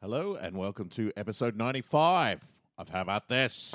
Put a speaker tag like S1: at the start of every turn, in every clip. S1: Hello and welcome to episode 95 of How About This?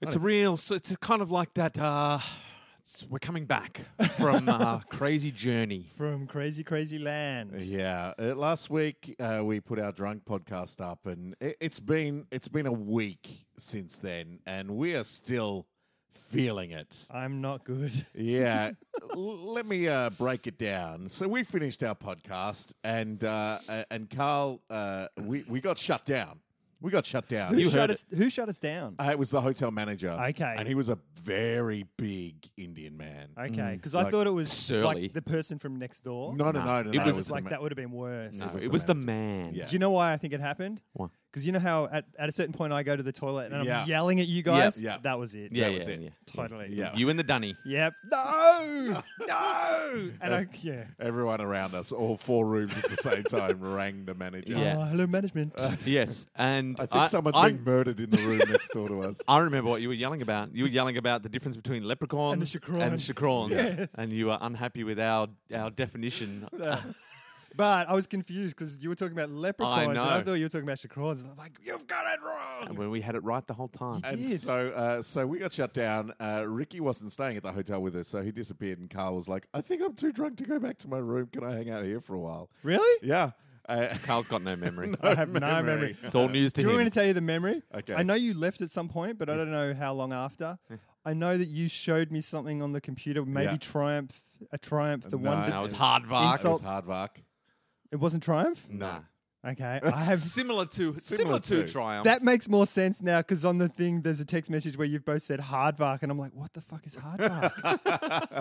S2: It's a real. So it's kind of like that. Uh, it's, we're coming back from uh, crazy journey.
S3: from Crazy Crazy Land.
S1: Yeah, uh, last week uh, we put our drunk podcast up, and it, it's been it's been a week since then, and we are still feeling it.
S3: I'm not good.
S1: Yeah, L- let me uh, break it down. So we finished our podcast, and uh, a- and Carl, uh, we we got shut down. We got shut down.
S3: Who
S2: You
S3: shut
S2: heard
S3: us? Who shut us down?
S1: Uh, it was the hotel manager.
S3: Okay.
S1: and he was a very big Indian man.
S3: okay, because I
S1: Like-
S3: thought it was
S2: Surly.
S3: like the person from next door.
S1: No, no, no, no.
S2: it
S1: no,
S3: it
S2: was
S3: was,
S1: the
S3: like
S1: ma-
S3: that would have been worse.
S2: No,
S1: was
S2: it
S1: the
S2: was the
S1: manager.
S2: man.
S1: Yeah.
S3: Do you know why I think it happened?
S2: Why?
S3: Because you know how at, at a certain point I go to the toilet and
S1: Yeah.
S3: I'm yelling at you guys.
S1: yeah.
S3: that was it.
S2: Yeah,
S1: That
S2: yeah,
S1: was it.
S2: yeah.
S3: totally.
S1: Yeah.
S2: You and the dunny.
S3: Yep. No, no. And I, yeah.
S1: Everyone around us, all four rooms at the same time, rang the manager.
S2: Yeah.
S3: Oh, hello, management.
S2: Yes, and
S1: I think someone's
S2: I,
S1: being murdered in the room next door to us.
S2: I remember what you were yelling about. You were yelling about the difference between leprechauns
S3: And the
S2: and
S3: chacrons.
S2: chacrons,
S3: Yes.
S2: and you were unhappy with our our definition. uh,
S3: but I was confused because you were talking about leprechauns, and I
S2: know.
S3: thought you were talking about chacrons. And I'm like, you've got it
S2: and
S3: wrong.
S2: when we had it right the whole time.
S3: You
S1: And
S3: did.
S1: so, uh, so we got shut down. Uh, Ricky wasn't staying at the hotel with us, so he disappeared. And Carl was like, "I think I'm too drunk to go back to my room. Can I hang out here for a while?"
S3: Really?
S1: Yeah. Uh,
S2: Carl's got no memory.
S3: I have no memory.
S2: It's all news to
S3: Do you
S2: him.
S3: want me to tell you the memory?
S1: Okay.
S3: I know you left at some point, but I don't know how long after. I know that you showed me something on the computer, maybe
S1: Yeah.
S3: Triumph, a Triumph, the
S1: No,
S3: one.
S2: no,
S3: that-
S2: it was hard
S1: It was
S3: Insult-
S1: Hardvark.
S3: it wasn't Triumph.
S2: Nah.
S1: Mm.
S3: Okay, I have.
S2: Similar to
S1: Similar
S2: similar,
S1: to.
S2: to triumph.
S3: That makes more sense now because on the thing there's a text message where you've both said Hardvark, and I'm like, what the fuck is Hardvark?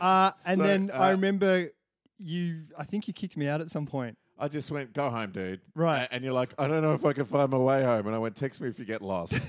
S3: uh, and
S1: So,
S3: then I
S1: uh,
S3: remember you. I think you kicked me out at some point.
S1: I just went, "Go home, dude."
S3: Right.
S1: A- And you're like, "I don't know if I can find my way home." And I went, "Text me if you get lost."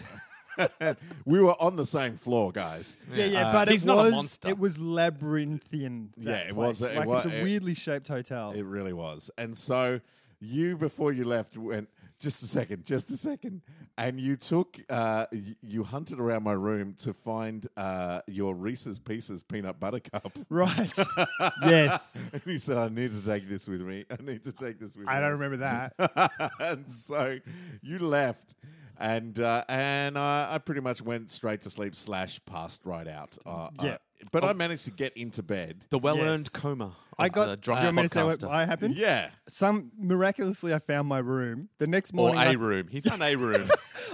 S1: we were on the same floor, guys.
S3: Yeah, yeah,
S2: Uh,
S3: but
S2: he's
S3: it
S2: not a
S3: was
S2: monster.
S3: it was labyrinthian. that
S1: Yeah, it was-
S3: place.
S1: it
S3: like
S1: wa-
S3: it's a
S1: it-
S3: weirdly shaped hotel.
S1: Uh, It really was. And so you, before you left, went just a second, just a second, and you took, uh, y- you hunted around my room to find uh, your Reese's Pieces peanut butter cup.
S3: Right. yes.
S1: And you said, "I need to take this with me. I need to take this with me."
S3: I don't remember that.
S1: and so you left, and uh, and I, I pretty much went straight to sleep slash passed right out. Uh,
S3: Yeah.
S1: uh, but
S2: Oh.
S1: I managed to get into bed.
S2: the
S3: Yes.
S2: well-earned coma.
S3: I
S2: of
S3: got.
S2: the
S3: do you
S2: drunk
S3: want me to say what
S2: podcaster.
S3: I happened?
S1: Yeah,
S3: Some miraculously, I found my room. The next
S2: or
S3: morning,
S2: a
S3: I,
S2: room. He found a room.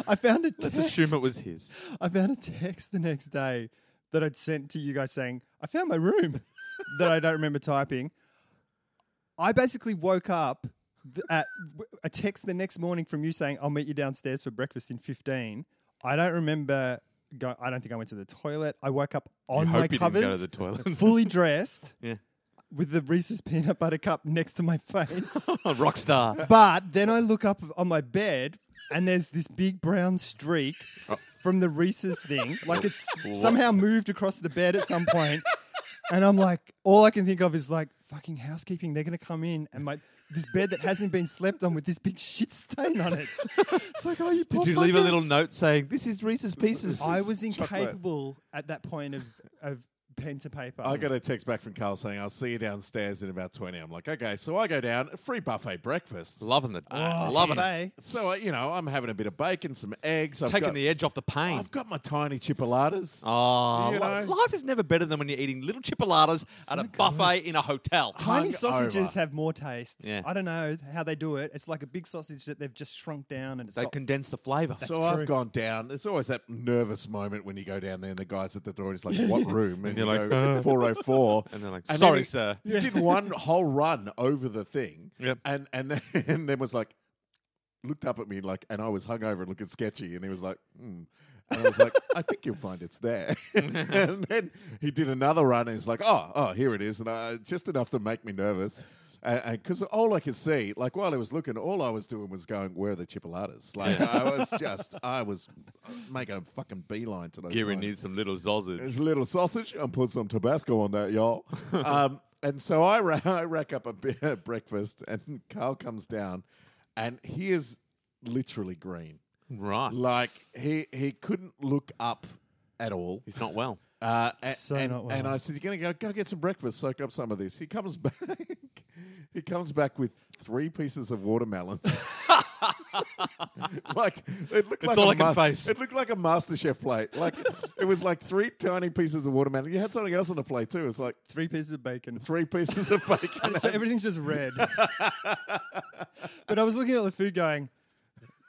S3: I found a
S2: Let's
S3: text.
S2: assume it was his.
S3: I found a text the next day that I'd sent to you guys saying I found my room that I don't remember typing. I basically woke up th- at w- a text the next morning from you saying I'll meet you downstairs for breakfast in fifteen. I don't remember. Go- I don't think I went to the toilet. I woke up on
S2: I
S3: my
S2: hope he
S3: covers.
S2: didn't go to the toilet.
S3: fully dressed
S2: Yeah.
S3: with the Reese's peanut butter cup next to my face.
S2: A rock star.
S3: but then I look up on my bed and there's this big brown streak
S2: Oh.
S3: from the Reese's thing. Like it's somehow moved across the bed at some point. And I'm like, all I can think of is like, fucking housekeeping. They're going to come in and my. This bed that hasn't been slept on with this big shit stain on it. It's like, oh, you poor
S2: Did you leave a
S3: fuckers.
S2: little note saying this is Reese's Pieces?
S3: I was
S1: chocolate.
S3: incapable at that point of of pen to paper.
S2: Hmm.
S1: I got a text back from Carl saying, I'll see you downstairs in about 20. I'm like, okay. So I go down, free buffet breakfast.
S2: Loving it.
S3: Oh,
S2: loving it.
S3: Buffet.
S1: So, uh, you know, I'm having a bit of bacon, some eggs. I've
S2: Taking
S1: got,
S2: the edge off the pain.
S1: I've got my tiny chipolatas.
S2: Oh,
S1: You
S2: li-
S1: know?
S2: life is never better than when you're eating little chipolatas at a buffet in a hotel.
S3: Tiny
S1: Hungover.
S3: sausages have more taste.
S2: Yeah.
S3: I don't know how they do it. It's like a big sausage that they've just shrunk down and it's
S2: They
S3: got
S2: condense the flavour.
S1: so I've gone down. There's always that nervous moment when you go down there and the guy's at the door and he's like, what room? And,
S2: you're
S1: you
S2: like, "Uh."
S1: go, 404.
S2: And they're like,
S1: then
S2: "Sorry,
S1: he-
S2: sir."
S1: You did one whole run over the thing.
S2: Yep.
S1: And, and, then, and then was like, looked up at me like, and I was hungover and looking sketchy. And he was like, hmm. And I was like, I think you'll find it's there. and then he did another run and he's like, oh, oh, here it is. And I, just enough to make me nervous. And because all I could see, like while I was looking, all I was doing was going, where are the chipolatas? Like I was just, I was uh, making a fucking beeline to those.
S2: Gary
S1: tiny-
S2: needs some little sausage.
S1: There's a little sausage and put some Tabasco on that, y'all. um, and so I, ra- I rack up a bit of breakfast and Carl comes down and he is literally green.
S2: Right.
S1: Like he he couldn't look up at all.
S2: He's not well.
S1: Uh, a- and,
S3: So not well.
S1: and I said, "You're gonna go go get some breakfast. Soak up some of this." He comes back. he comes back with three pieces of watermelon. like it looked like
S2: all
S1: a
S2: I can face.
S1: It looked like a Master Chef plate. Like it was like three tiny pieces of watermelon. You had something else on the plate too. It was like
S3: three pieces of bacon.
S1: three pieces of bacon.
S3: So everything's just red. but I was looking at the food going,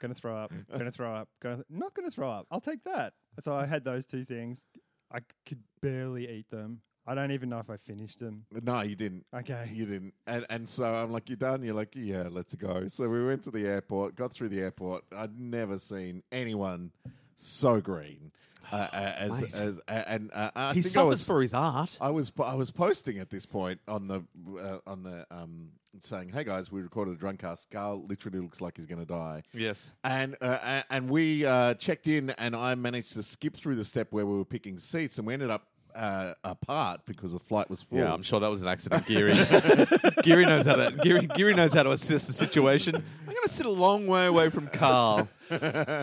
S3: gonna throw up, gonna throw up, gonna not gonna throw up. I'll take that. So I had those two things. I c- could barely eat them. I don't even know if I finished them.
S1: no, you didn't.
S3: Okay.
S1: You didn't. And and so I'm like, you done? You're like, yeah, let's go. So we went to the airport, got through the airport. I'd never seen anyone so green. Uh, uh, as,
S2: Mate.
S1: as uh, and uh, I
S2: he
S1: think I
S2: suffers
S1: was,
S2: for his art.
S1: I was po- I was posting at this point on the uh, on the um saying, hey guys, we recorded a drunk cast. Carl literally looks like he's gonna die.
S2: Yes.
S1: And uh, a- and we uh, checked in, and I managed to skip through the step where we were picking seats, and we ended up uh, apart because the flight was full.
S4: Yeah, I'm sure that was an accident, Geary. Geary knows how to Geary, Geary knows how to assess the situation. I'm going to sit a long way away from Carl.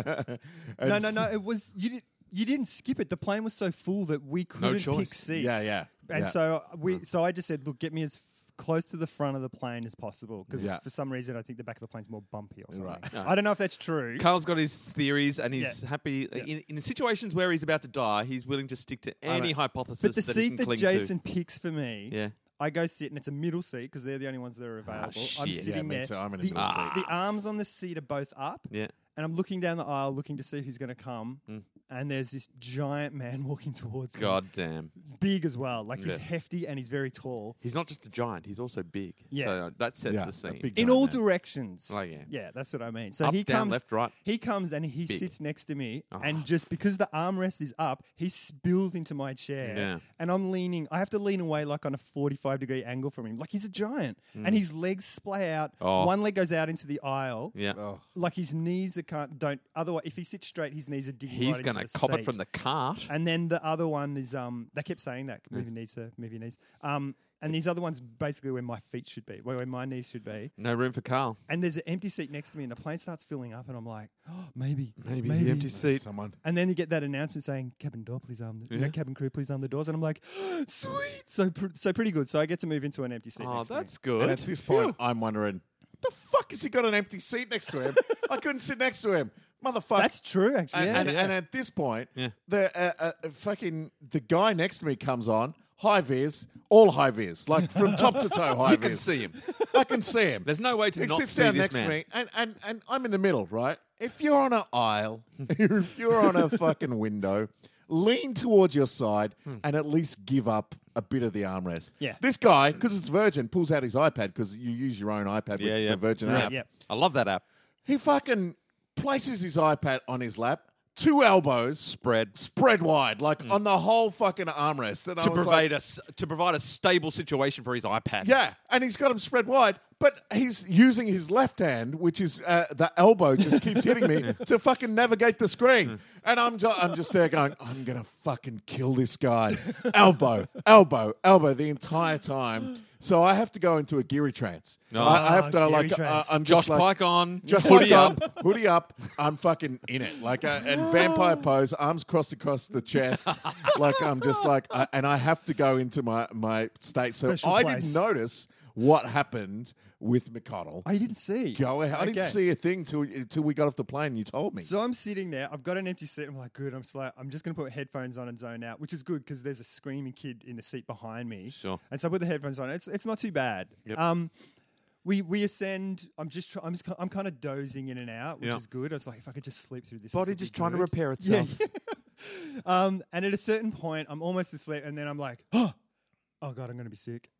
S3: No, no, no. It was you. Did, you didn't skip it. The plane was so full that we couldn't pick
S2: choice.
S3: seats.
S1: Yeah, yeah,
S3: And
S1: yeah. Mm.
S3: so we. So I just said, look, get me as f- close to the front of the plane as possible because
S1: Yeah.
S3: for some reason I think the back of the plane's more bumpy or something.
S1: Right.
S3: I don't know if that's true.
S2: Carl's got his theories and he's
S3: Yeah.
S2: happy. In, in situations where he's about to die, he's willing to stick to any hypothesis
S3: But the
S2: that he
S3: seat
S2: can
S3: that
S2: cling
S3: Jason picks for me,
S2: to. Yeah.
S3: I go sit, and it's a middle seat because they're the only ones that are available. I'm
S2: shit.
S1: Ah, Yeah,
S3: sitting
S1: me
S3: there.
S1: too. I'm in a
S3: the,
S1: middle seat.
S3: the arms on the seat are both up,
S2: Yeah.
S3: and I'm looking down the aisle, looking to see who's going to come.
S1: Mm.
S3: And there's this giant man walking towards
S2: God damn.
S3: me, big as well. Like he's
S2: Yeah.
S3: hefty and he's very tall.
S2: He's not just a giant, he's also big.
S3: Yeah.
S2: So uh, that sets
S1: Yeah,
S2: the
S1: a
S2: scene.
S1: big
S3: in
S1: giant
S3: all
S1: man.
S3: directions.
S2: Oh, yeah.
S3: yeah, that's what I mean. So
S2: Up,
S3: he
S2: down,
S3: comes
S2: left, right.
S3: He comes and he
S2: Big.
S3: sits next to me,
S2: Oh.
S3: and just because the armrest is up, he spills into my chair,
S2: Yeah.
S3: and I'm leaning. I have to lean away like on a 45 degree angle from him, like he's a giant, and his legs splay out.
S2: Hmm. Oh.
S3: One leg goes out into the aisle.
S2: yeah.
S1: Oh.
S3: Like his knees are can't don't otherwise if he sits straight his knees are digging
S2: He's
S3: right
S2: going
S3: into
S2: to
S3: the
S2: cop it
S3: seat.
S2: from the cart.
S3: And then the other one is um they kept saying that move your knees, sir, move your knees. Um and these other ones basically where my feet should be, where, where my knees should be.
S2: No room for Carl.
S3: And there's an empty seat next to me, and the plane starts filling up, and I'm like, oh, maybe,
S2: Maybe the empty seat.
S1: Someone.
S3: And then you get that announcement saying, cabin door, please arm the, you know,
S2: Yeah.
S3: cabin crew, please arm the doors. And I'm like, sweet. So, pr- so pretty good. So I get to move into an empty seat.
S2: Oh,
S3: next to me.
S2: that's good.
S1: And at this point, I'm wondering, the fuck has he got an empty seat next to him? I couldn't sit next to him, motherfucker.
S3: that's true, actually.
S1: and,
S3: yeah.
S1: and, and at this point,
S2: Yeah.
S1: the uh, uh, fucking the guy next to me comes on. High vis, all high vis, like from top to toe high
S2: you
S1: vis.
S2: can see him.
S1: I can see him.
S2: There's no way to
S1: he
S2: not
S1: sits
S2: see
S1: down
S2: this
S1: next
S2: man.
S1: to me, and, and, and I'm in the middle, right? If you're on an aisle, if you're on a fucking window, lean towards your side and at least give up a bit of the armrest.
S3: Yeah.
S1: This guy, because it's Virgin, pulls out his iPad because you use your own iPad
S2: Yeah,
S1: with
S2: yeah.
S1: the Virgin
S2: Yeah,
S1: app.
S3: yeah.
S2: I love that app.
S1: He fucking places his iPad on his lap, two elbows
S2: Spread.
S1: spread wide, like on the whole fucking armrest. And I
S2: Mm. To
S1: was like,
S2: provide, a, s- to provide a stable situation for his iPad.
S1: yeah, and he's got him spread wide, But he's using his left hand, which is uh, the elbow, just keeps hitting me to fucking navigate the screen, and I'm ju- I'm just there going, I'm gonna fucking kill this guy, elbow, elbow, elbow, the entire time. So I have to go into a geary trance. I, I have to
S3: Ah,
S1: like
S3: Geary
S1: uh,
S3: trance.
S1: I'm just
S2: Josh
S1: like,
S2: Pike on,
S1: just
S2: hoodie
S1: like um,
S2: up.
S1: I'm- hoodie up. I'm fucking in it, like, uh, and vampire pose, arms crossed across the chest, like I'm just like, uh, and I have to go into my my state. So
S3: Special
S1: I
S3: place.
S1: didn't notice what happened with McConnell.
S3: I didn't see.
S1: go ahead. I
S3: Okay.
S1: didn't see a thing till till we got off the plane. You told me.
S3: So I'm sitting there. I've got an empty seat. I'm like, good. I'm just like, I'm just gonna put headphones on and zone out, which is good because there's a screaming kid in the seat behind me.
S2: Sure.
S3: And so I put the headphones on. It's it's not too bad. Um, we we ascend. I'm just try, I'm just, ki- I'm kind of dozing in and out, which
S2: Yeah.
S3: is good. I was like, if I could just sleep through this. this
S2: Body
S3: would be
S2: just trying to
S3: good.
S2: repair itself.
S3: Um, and at a certain point, I'm almost asleep, and then I'm like, oh, oh god, I'm gonna be sick.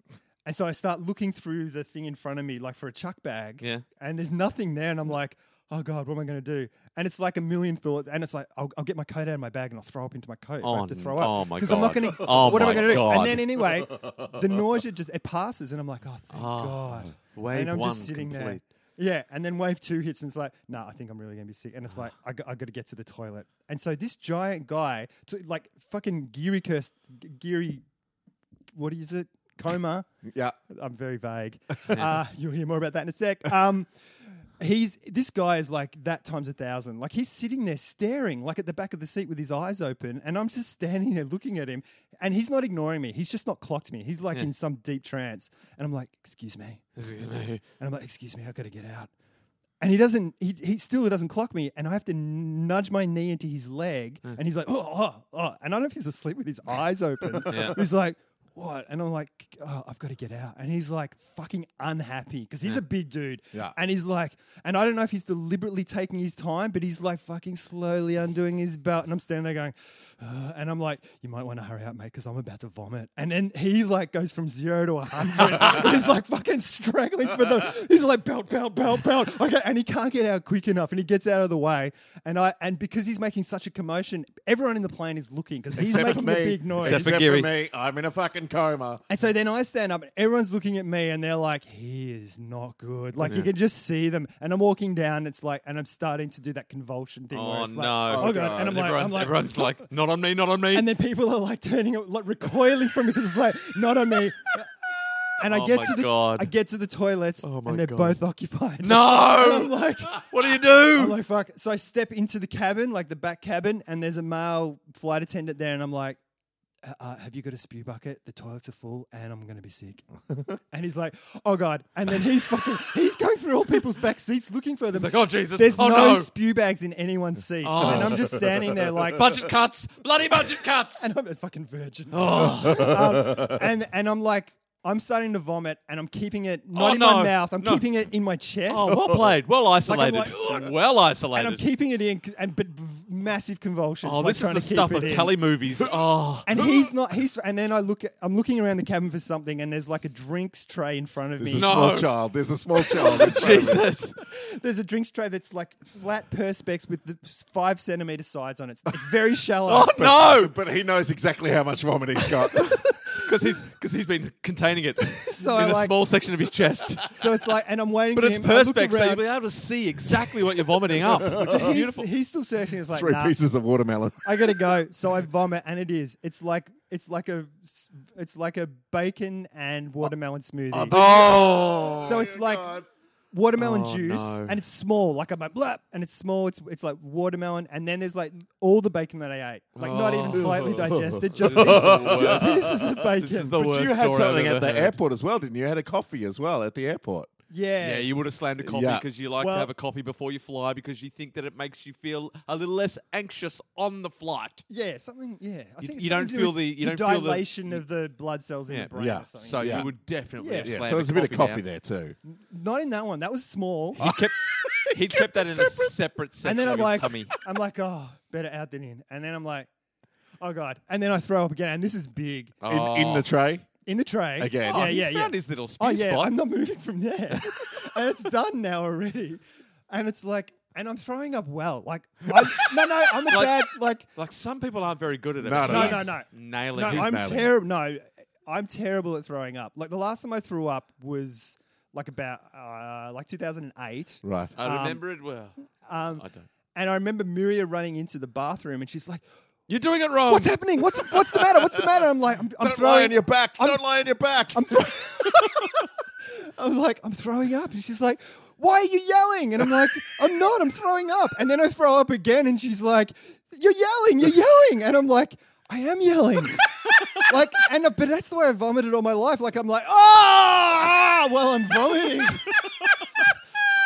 S3: And so I start looking through the thing in front of me, like for a chuck bag.
S2: Yeah.
S3: And there's nothing there, and I'm like, oh god, what am I gonna do? And it's like a million thoughts, and it's like, I'll, I'll get my coat out of my bag and I'll throw up into my coat. if I
S2: Oh,
S3: have to throw
S2: n-
S3: up
S2: oh my
S3: I'm not
S2: God.
S3: gonna.
S2: Oh
S3: what am I
S2: my
S3: gonna do?
S2: God.
S3: And then anyway, the nausea just it passes, and I'm like, oh thank god.
S2: Ah, Wave
S3: and I'm
S2: one
S3: just sitting there.
S2: complete.
S3: Yeah, and then wave two hits and it's like, nah, I think I'm really gonna be sick. And it's like, I, got to get to the toilet. And so this giant guy, so like fucking Geary cursed, G- Geary, what is it? Coma.
S1: yeah.
S3: I'm very vague. uh, you'll hear more about that in a sec. Um, he's this guy is like that times a thousand. Like he's sitting there staring, like at the back of the seat with his eyes open, and I'm just standing there looking at him, and he's not ignoring me. He's just not clocked me. He's like in some deep trance, and I'm like, excuse me. And I'm like, excuse me, I gotta get out. And he doesn't, he, he still doesn't clock me. And I have to nudge my knee into his leg. And he's like, oh, oh, oh. And I don't know if he's asleep with his eyes open. He's like, what? And I'm like, oh, I've got to get out. And he's like, fucking unhappy because he's a big dude.
S1: Yeah.
S3: And he's like, and I don't know if he's deliberately taking his time, but he's like fucking slowly undoing his belt. And I'm standing there going, "Ugh," and I'm like, you might want to hurry up, mate, because I'm about to vomit. And then he like goes from zero to a 100. he's like fucking straggling for the, he's like, belt, belt, belt, belt. Okay. And he can't get out quick enough and he gets out of the way. And I, and because he's making such a commotion, everyone in the plane is looking because he's
S1: Except
S3: making
S1: for
S3: a
S1: me.
S3: big noise.
S2: Except for
S1: Except
S2: Geary.
S1: for me, I'm in a fucking coma.
S3: And so then I stand up and everyone's looking at me and they're like, he is not good. Like you can just see them. And I'm walking down, it's like, and I'm starting to do that convulsion thing. where
S2: Oh
S3: it's
S2: no!
S3: like, oh God. And I'm like, I'm
S2: everyone's,
S3: like,
S2: everyone's like, not on me, not on me.
S3: and then people are like turning, like recoiling from me because it's like, not on me. And I
S2: Oh
S3: get
S2: my
S3: to the,
S2: God. Oh
S3: I get to the toilets and they're both occupied. And I'm
S2: no!
S3: like,
S2: What do you do?
S3: I'm like, fuck. So I step into the cabin, like the back cabin, and there's a male flight attendant there, and I'm like, uh, uh, have you got a spew bucket? The toilets are full, and I'm gonna be sick. and he's like, "Oh god!" And then he's fucking, he's going through all people's back seats looking for them.
S2: like, "Oh, Jesus.
S3: There's
S2: Oh,
S3: no,
S2: no."
S3: spew bags in anyone's seats,
S2: Oh.
S3: and I'm just standing there like,
S2: budget cuts, bloody budget cuts.
S3: and I'm a fucking virgin.
S2: Oh.
S3: Um, and and I'm like, I'm starting to vomit, and I'm keeping it not
S2: Oh,
S3: in
S2: no.
S3: my mouth. I'm
S2: No.
S3: keeping it in my chest.
S2: oh, well played, well isolated,
S3: like-
S2: well isolated.
S3: and I'm keeping it in, and but v- massive convulsions.
S2: oh,
S3: like,
S2: this is
S3: trying
S2: the
S3: to keep
S2: stuff
S3: it
S2: of
S3: in.
S2: telemovies. Oh,
S3: And he's not. He's and then I look. At, I'm looking around the cabin for something, and there's like a drinks tray in front of me.
S1: There's a
S2: No.
S1: small child. There's a small child. in front of me.
S2: Jesus!
S3: There's a drinks tray that's like flat perspex with the s- five centimeter sides on it. It's very shallow.
S2: Oh no,
S1: But he knows exactly how much vomit he's got.
S2: because he's because he's been containing it
S3: So
S2: in
S3: I
S2: a
S3: like-
S2: small section of his chest.
S3: So it's like, and I'm waiting.
S2: But
S3: for
S2: it's
S3: him. I look
S2: perspex, so
S3: around.
S2: you'll be able to see exactly what you're vomiting up. Which is
S3: he's,
S2: beautiful.
S3: he's still searching. It's like
S1: Three
S3: nah,
S1: pieces of watermelon.
S3: I gotta go. So I vomit, and it is. It's like it's like a s- it's like a bacon
S2: Uh,
S3: and watermelon smoothie.
S2: Oh,
S3: so it's like watermelon
S2: Oh,
S3: juice,
S2: no.
S3: and it's small. Like I'm like blah, and it's small. It's it's like watermelon, and then there's like all the bacon that I ate, like not even
S2: Oh.
S3: slightly digested, just
S2: This is the
S3: pieces, just
S2: worst.
S3: pieces of bacon.
S2: this is the
S1: But
S2: worst
S1: you had
S2: story I've
S1: something
S2: ever
S1: at the
S2: heard.
S1: airport as well, didn't you? You had a coffee as well at the airport.
S3: yeah.
S2: Yeah, you would have slammed a coffee
S1: Yeah.
S2: because you like
S3: Well-
S2: to have a coffee before you fly because you think that it makes you feel a little less anxious on the flight.
S3: yeah, something. Yeah, I
S2: You-
S3: think it's
S2: you don't
S3: something to do
S2: feel
S3: with
S2: the- you don't feel the-
S3: dilation of the blood cells in
S2: Yeah,
S3: the brain.
S1: yeah.
S3: Or something.
S2: So
S1: Yeah.
S2: you would definitely
S3: Yeah.
S2: have
S3: Yeah,
S1: Yeah,
S2: slammed
S1: so there's a bit of coffee
S2: down.
S1: there too.
S3: not in that one. That was small.
S2: He kept he kept that in a separate
S3: and
S2: section
S3: then
S2: of
S3: I'm
S2: his
S3: like,
S2: tummy.
S3: I'm like, oh, better out than in. And then I'm like, oh god. And then I throw up again, and this is big
S1: In, in the tray.
S3: in the tray
S1: Again.
S2: Oh,
S3: Oh. Yeah,
S2: he's
S3: yeah, yeah.
S2: found his little spew
S3: Oh yeah,
S2: spot.
S3: I'm not moving from there. and it's done now already. And it's like, and I'm throwing up well. Like, I'm, no, no, I'm a
S2: Like-
S3: bad. Like,
S2: like some people aren't very good at it.
S1: No,
S2: but
S1: no,
S2: he's
S3: no. No, no,
S2: Nailing
S3: no,
S2: it.
S3: I'm
S1: nailing it.
S3: terrible. No, I'm terrible at throwing up. Like the last time I threw up was like about uh, like 2008.
S1: Right.
S2: I
S3: Um,
S2: remember it well.
S3: Um,
S2: I don't.
S3: and I remember Miria running into the bathroom, and she's like,
S2: You're doing it wrong.
S3: "What's happening? What's what's the matter? What's the matter?" I'm like, "I'm, I'm
S1: Don't
S3: throwing
S1: lie on your back.
S3: I'm-
S1: Don't lie on your back.
S3: I'm, throw- I'm like, I'm throwing up. And she's like, why are you yelling? And I'm like, I'm not, I'm throwing up. And then I throw up again and she's like, you're yelling, you're yelling. And I'm like, I am yelling. like, and uh, but that's the way I vomited all my life. Like, I'm like, ah, while I'm vomiting.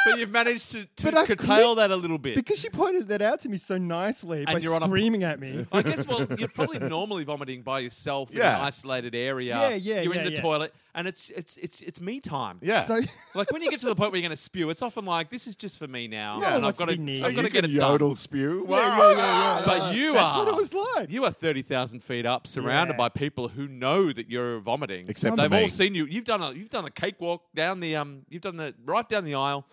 S2: But you've managed to, to
S3: But I've
S2: curtail that a little bit.
S3: Because she pointed that out to me so nicely by
S2: you're on a-
S3: screaming at me.
S2: I guess, well, you're probably normally vomiting by yourself in
S1: Yeah.
S2: an isolated area.
S3: Yeah, yeah,
S2: You're
S3: yeah,
S2: in the
S3: yeah.
S2: toilet, and it's it's it's it's me time.
S1: Yeah.
S3: So
S2: Like when you get to the point where you're going to spew, it's often like this is just for me now,
S3: No one
S2: and I've
S3: wants to
S2: got to
S3: be Oh, near
S1: so
S2: I've
S1: you
S2: got to
S1: can
S2: get it
S1: yodel
S2: done.
S1: spew.
S2: But you
S3: Uh, that's
S2: are
S3: what it was like.
S2: You are thirty thousand feet up, surrounded
S3: Yeah.
S2: by people who know that you're vomiting.
S1: Except
S2: they've
S1: for me.
S2: all seen you. You've done a you've done a cakewalk down the um you've done the right down the aisle,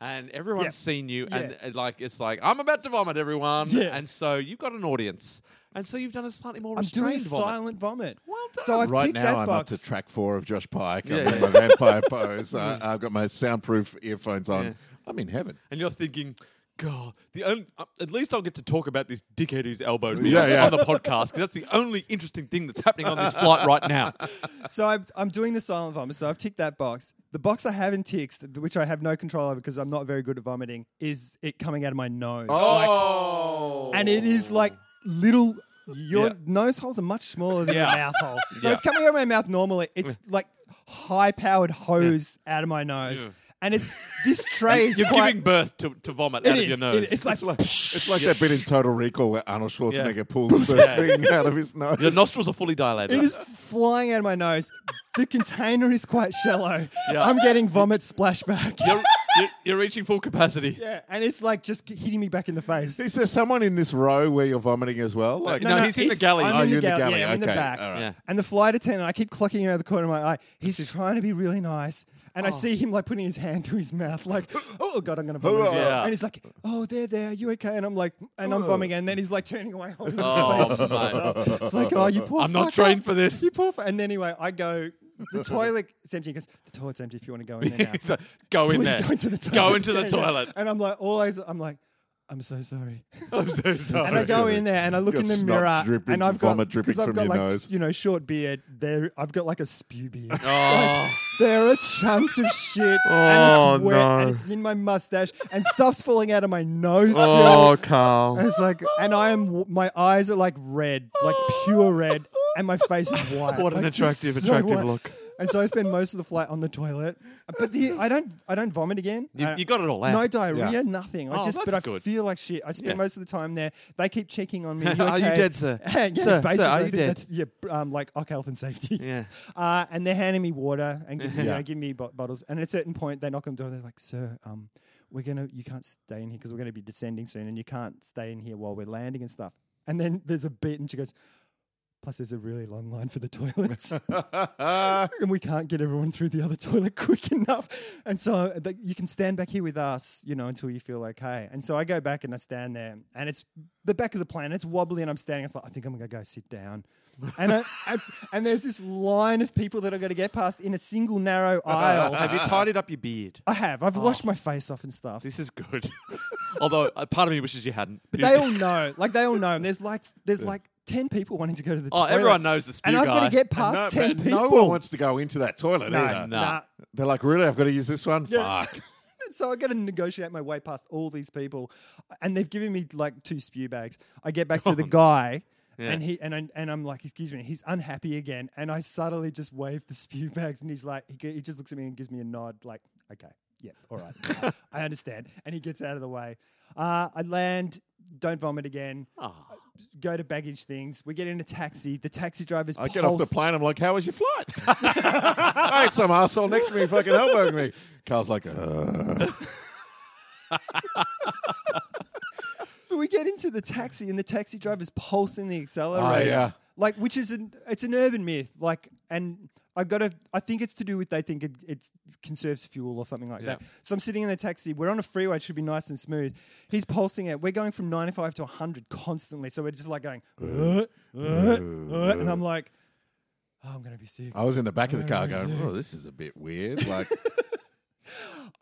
S2: and everyone's
S3: Yeah.
S2: seen you. And
S3: Yeah.
S2: uh, like it's like I'm about to vomit, everyone.
S3: Yeah.
S2: And so you've got an audience, and so you've done a slightly more
S3: I'm doing a
S2: restrained vomit.
S3: silent vomit.
S2: Well done.
S3: So I've
S1: right
S3: ticked that
S1: now, I'm
S3: box.
S1: up to track four of Josh Pike. I'm
S2: Yeah.
S1: doing my vampire pose. I, I've got my soundproof earphones on. I'm in heaven.
S2: and you're thinking, God, the only, uh, at least I'll get to talk about this dickhead who's elbowed me
S1: Yeah,
S2: on,
S1: yeah.
S2: on the podcast because that's the only interesting thing that's happening on this flight right now.
S3: So I'm, I'm doing the silent vomit. So I've ticked that box. The box I haven't ticked, th- which I have no control over because I'm not very good at vomiting, is it coming out of my nose.
S1: Oh,
S3: And it is like little. Your
S2: Yeah.
S3: nose holes are much smaller than
S2: Yeah.
S3: your mouth holes. So
S2: Yeah.
S3: it's coming out of my mouth normally. It's like high powered hose out of my nose.
S2: Yeah.
S3: And it's this tray is
S2: You're
S3: quite,
S2: giving birth to, to vomit
S3: it
S2: out
S3: is,
S2: of your
S3: it-
S2: nose.
S3: it's like,
S1: it's like it's like that bit in Total Recall where Arnold Schwarzenegger
S2: Yeah.
S1: pulls the thing out of his nose.
S2: your nostrils are fully dilated.
S3: It is flying out of my nose. The container is quite shallow.
S2: Yeah.
S3: I'm getting vomit splashback.
S2: You're, you're, you're reaching full capacity.
S3: Yeah, and it's like just hitting me back in the face.
S1: Is there someone in this row where you're vomiting as well? Like,
S2: No, he's in the
S3: it's-
S2: galley.
S3: I'm
S1: Oh,
S3: in the
S1: you're in the
S3: galley.
S1: galley.
S3: Yeah, I'm in the
S1: Okay,
S3: back.
S1: all right.
S2: Yeah.
S3: And the flight attendant, I keep clocking him out of the corner of my eye. He's just trying to be really nice. And
S2: Oh.
S3: I see him like putting his hand to his mouth, like, oh God, I'm going to vomit.
S2: Yeah.
S3: And he's like, oh, there, there, are you okay? And I'm like, and I'm vomiting. And then he's like turning away. holding his
S2: Oh,
S3: face and
S2: mate.
S3: stuff. It's like, oh, you poor
S2: I'm not
S3: fucker.
S2: trained for this.
S3: You poor fu-" And anyway, I go, the toilet's empty. He goes, the toilet's empty if you want to go in there now.
S2: It's like, go in
S3: Please
S2: there.
S3: go into the toilet.
S2: Go into the
S3: Yeah, yeah.
S2: toilet.
S3: And I'm like, always, I'm like, I'm so sorry.
S2: I'm so sorry.
S3: And I go
S1: Sorry.
S3: in there and I look
S1: Got
S3: in the
S1: snot
S3: mirror
S1: dripping,
S3: and I've
S1: vomit
S3: got
S1: dripping
S3: because I've
S1: from
S3: got
S1: your
S3: like
S1: nose.
S3: you know short beard. There, I've got like a spew beard.
S2: Oh.
S3: there are chunks of shit and it's wet and it's in my mustache and stuff's falling out of my nose.
S2: Oh,
S3: still.
S4: Carl.
S3: And it's like, and I am my eyes are like red, like pure red, and my face is white.
S4: What an
S3: like, just
S4: attractive,
S3: so
S4: attractive
S3: white.
S4: look.
S3: And so I spend most of the flight on the toilet, but the, I don't, I don't vomit again.
S2: You,
S3: I-
S2: you got it all out.
S3: no diarrhea,
S1: Yeah.
S3: nothing. I
S2: Oh,
S3: just, but
S2: that's
S3: I
S2: good.
S3: feel like shit. I spend
S2: Yeah.
S3: most of the time there. They keep checking on me. You
S2: Are you
S3: okay?"
S2: dead, sir?
S3: yeah,
S2: Sir, sir, are
S3: basically,
S2: you
S3: I think
S2: dead?
S3: That's, yeah, br- um, like oc health and safety.
S2: Yeah.
S3: Uh, and they're handing me water and giving, you
S1: Yeah.
S3: know, giving me bo- bottles. And at a certain point, they knock on the door. They're like, "Sir, um, we're gonna, you can't stay in here because we're gonna be descending soon, and you can't stay in here while we're landing and stuff." And then there's a bit, and she goes. Plus, there's a really long line for the toilets. and we can't get everyone through the other toilet quick enough. And so th- you can stand back here with us, you know, until you feel okay. And so I go back and I stand there, and it's the back of the plane. It's wobbly, and I'm standing. It's like I think I'm gonna go sit down. And I, I, and there's this line of people that are gonna get past in a single narrow aisle.
S2: Have you tidied up your beard?
S3: I have.
S1: Oh.
S3: I've washed my face off and stuff.
S2: This is good. Although uh, part of me wishes you hadn't.
S3: But they all know. Like they all know. And there's like there's like ten people wanting to go to the
S2: Oh,
S3: toilet.
S2: everyone knows the spew
S3: And I've
S2: guy.
S3: got to get
S1: no,
S3: past ten
S1: but
S3: people.
S1: no one wants to go into that toilet
S3: No,
S1: either.
S2: no.
S3: nah.
S1: They're like, really? I've got to use this one?
S3: Yeah.
S1: Fuck.
S3: So I got to negotiate my way past all these people, and they've given me like two spew bags. I get back to the guy, and he and I, and I'm like, excuse me, he's unhappy again, and I subtly just wave the spew bags, and he's like, he, g- he just looks at me and gives me a nod, like, okay, yeah, all right, I- I understand, and he gets out of the way. Uh, I land. Don't vomit again. Uh,
S2: Ah.
S3: Go to baggage things. We get in a taxi. The taxi driver's.
S1: I get off the
S3: pulse-
S1: plane. I'm like, how was your flight? I had some asshole next to me fucking elbowing me. Carl's like, "Uh," "Ugh."
S3: But we get into the taxi, and the taxi driver's pulsing the accelerator.
S1: Oh, yeah.
S3: Like, which is an it's an urban myth. Like, and I got to I think it's to do with they think it it conserves fuel or something like that.
S2: Yeah.
S3: So I'm sitting in the taxi. We're on a freeway. It should be nice and smooth. He's pulsing it. We're going from 95 to 100 constantly. So we're just like going, "Uh, uh, uh," and I'm like, oh, I'm gonna be sick.
S2: Uh,
S1: "Oh, I was in the back of the car going, oh, this is a bit weird. Like,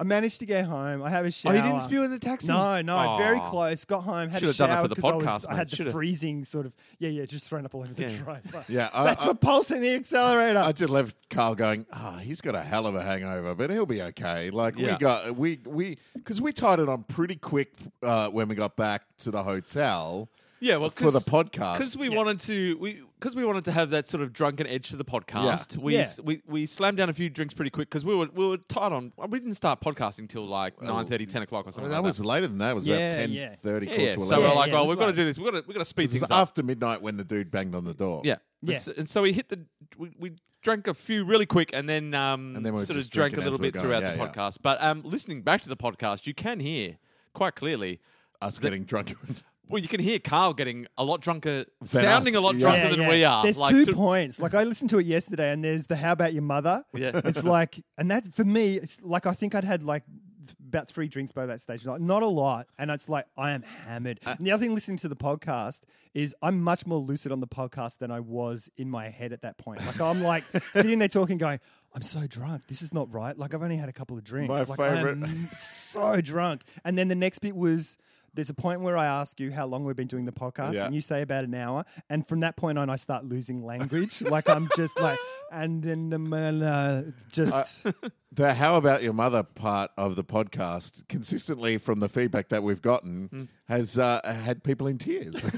S3: I managed to get home. I have a
S2: Oh,
S3: shower.
S2: you didn't spew in the taxi? Oh.
S3: No, no, very
S2: Mm. Aw.
S3: close. Got home, had
S2: Should've
S3: a
S2: done it
S3: shower
S2: for the
S3: because I, was-
S2: podcast,
S3: I had
S2: mate.
S3: the
S2: Should've.
S3: freezing sort of yeah, yeah, just thrown up all over the
S2: Yeah.
S3: driver.
S1: Yeah, Uh, I-
S3: that's
S1: I-
S3: what pulse in the
S2: uh,
S3: accelerator.
S1: I just left Carl going. Ah, he's got a hell of a hangover, but he'll be okay. Like we
S2: Yeah.
S1: got we we because we tied it on pretty quick uh, when we got back to the hotel.
S2: Yeah, well,
S1: for the
S2: cause,
S1: podcast.
S2: because we wanted to, we because we wanted to have that sort of drunken edge to the podcast. We,
S3: Yeah.
S2: s- we we slammed down a few drinks pretty quick because we were we were tight on. We didn't start podcasting till like nine thirty, ten 10 o'clock or
S1: I
S2: something.
S1: mean, that
S2: like
S1: was later than that. It was about
S3: Yeah,
S1: ten
S3: yeah.
S1: thirty,
S2: that.
S1: quarter
S2: yeah, yeah.
S1: to
S2: So
S1: eleven.
S2: we're
S3: Yeah,
S2: like,
S3: yeah, it
S2: well,
S3: was
S2: we've got to
S3: like-
S2: do this. We've got to we've got to speed
S1: It
S2: things
S1: was
S2: up.
S1: after midnight when the dude banged on the door.
S2: Yeah.
S3: Yeah.
S2: And so, and so we hit the we, we drank a few really quick and then um
S1: And then we were
S2: sort of
S1: just
S2: drank a
S1: drinking as
S2: little
S1: we were
S2: bit
S1: going.
S2: throughout
S1: Yeah,
S2: the
S1: yeah.
S2: podcast. But um listening back to the podcast, you can hear quite clearly.
S1: us getting drunk.
S2: Well, you can hear Carl getting a lot drunker,
S1: Than
S2: sounding
S1: us,
S2: a lot
S1: yeah.
S2: drunker than we are.
S3: There's
S2: like
S3: two
S2: to-
S3: points. Like I listened to it yesterday, and there's the "How about your mother?"
S2: Yeah.
S3: it's like, and that for me, it's like I think I'd had like th- about three drinks by that stage, like not a lot, and it's like I am hammered.
S2: Uh,
S3: and the other thing, listening to the podcast, is I'm much more lucid on the podcast than I was in my head at that point. Like I'm like sitting there talking, going. I'm so drunk. This is not right. Like I've only had a couple of drinks.
S1: My
S3: like, I am
S1: favourite-
S3: so drunk. And then the next bit was there's a point where I ask you how long we've been doing the podcast,
S1: Yeah.
S3: and you say about an hour. And from that point on, I start losing language. like I'm just like, and then um, uh, just
S1: the how about your mother part of the podcast consistently from the feedback that we've gotten has uh, had people in tears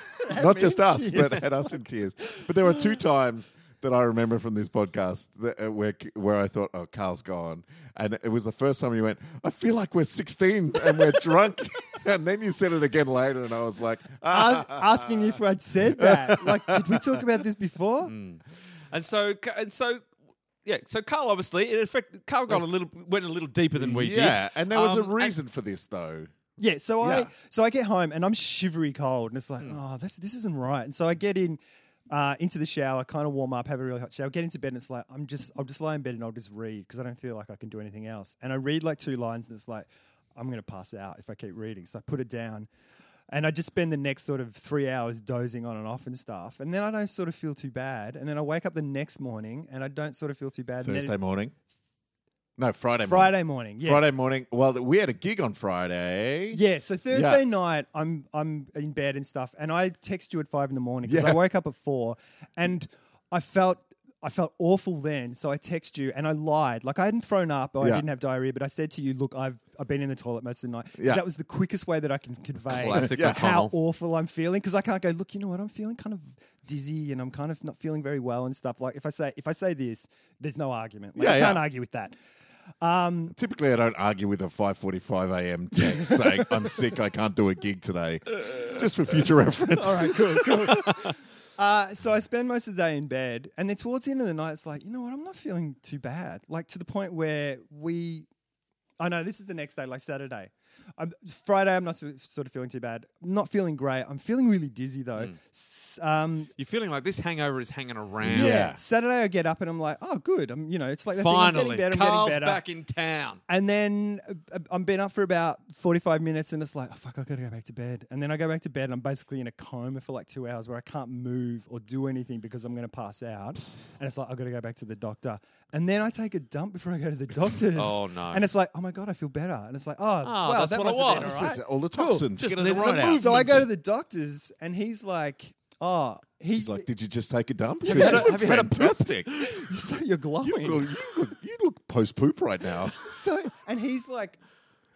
S1: not just
S3: in
S1: us but
S3: tears.
S1: had us in tears but there were two times that I remember from this podcast that, uh, where where I thought oh Carl's gone and it was the first time you went I feel like we're 16 and we're drunk and then you said it again later and I was like ah,
S3: a- asking if I'd said that. Like, did we talk about this before?
S1: Mm.
S2: And so, and so, yeah. So Carl obviously, in effect, Carl got a little went a little deeper than we did.
S1: yeah and there was
S2: Um,
S1: a reason for this though
S3: Yeah, so
S1: Yeah. Mm.
S3: I so I get home and I'm shivery cold and it's like, oh, this this isn't right. And so I get in uh, into the shower, kind of warm up, have a really hot shower, get into bed and it's like I'm just I'll just lie in bed and I'll just read because I don't feel like I can do anything else. And I read like two lines and it's like I'm gonna pass out if I keep reading. So I put it down. And I just spend the next sort of three hours dozing on and off and stuff. And then I don't sort of feel too bad. And then I wake up the next morning and I don't sort of feel too bad. And then
S1: Thursday morning no Friday morning.
S3: Friday morning. Yeah.
S1: Friday morning. Well, th- we had a gig on Friday.
S3: Yeah, so Thursday night I'm I'm in bed and stuff, and I text you at five in the morning because
S1: Yeah.
S3: I woke up at four, and I felt I felt awful then, so I text you and I lied, like I hadn't thrown up, or
S1: Yeah.
S3: I didn't have diarrhea, but I said to you, look, I've I've been in the toilet most of the night. 'Cause
S1: Yeah.
S3: that was the quickest way that I can convey
S2: Classic
S1: Yeah.
S2: McConnell.
S3: how awful I'm feeling because I can't go. Look, you know what? I'm feeling kind of dizzy and I'm kind of not feeling very well and stuff. Like if I say if I say this, there's no argument. Like,
S1: Yeah,
S3: I
S1: yeah.
S3: can't argue with that.
S1: Typically, I don't argue with a 5:45 a.m. text saying I'm sick, I can't do a gig today, just for future reference.
S3: All right, cool, cool. Uh, so I spend most of the day in bed, and then towards the end of the night, it's like, you know what? I'm not feeling too bad. Like to the point where we, I know this is the next day, like Saturday. I'm, Friday, I'm not so, sort of feeling too bad. Not feering great. I'm feeling really dizzy though.
S2: Mm.
S3: S- um,
S2: You're feeling like this hangover is hanging around.
S1: Yeah.
S3: yeah. Saturday, I get up and I'm like, oh, good. I'm, you know, it's like that thing, I'm
S2: Finally,
S3: getting better. I'm
S2: Carl's
S3: getting better.
S2: back in town.
S3: And then uh, I'm been up for about 45 minutes and it's like, oh, fuck, I gotta go back to bed. And then I go back to bed and I'm basically in a coma for like two hours where I can't move or do anything because I'm gonna pass out. And it's like, I gotta go back to the doctor. And then I take a dump before I go to the doctor's.
S2: Oh, no. Ah,
S3: And it's like, oh my God, I feel better. And it's like, oh, wow,
S2: that's
S3: that
S2: what it
S3: must have been
S2: was.
S3: all right.
S1: This is all the toxins.
S2: Cool.
S1: Get
S2: Just
S1: it
S2: needed
S1: right
S2: a
S1: out.
S2: move.
S3: So I go to the doctor's and he's like, oh, he-
S1: He's like, "Did you just take a dump?
S3: you had a-
S1: look
S3: have you had a poop?"
S1: fantastic.
S3: so you're
S1: you,
S3: glowing.
S1: look, you look, you look post poop right now."
S3: So, and he's like,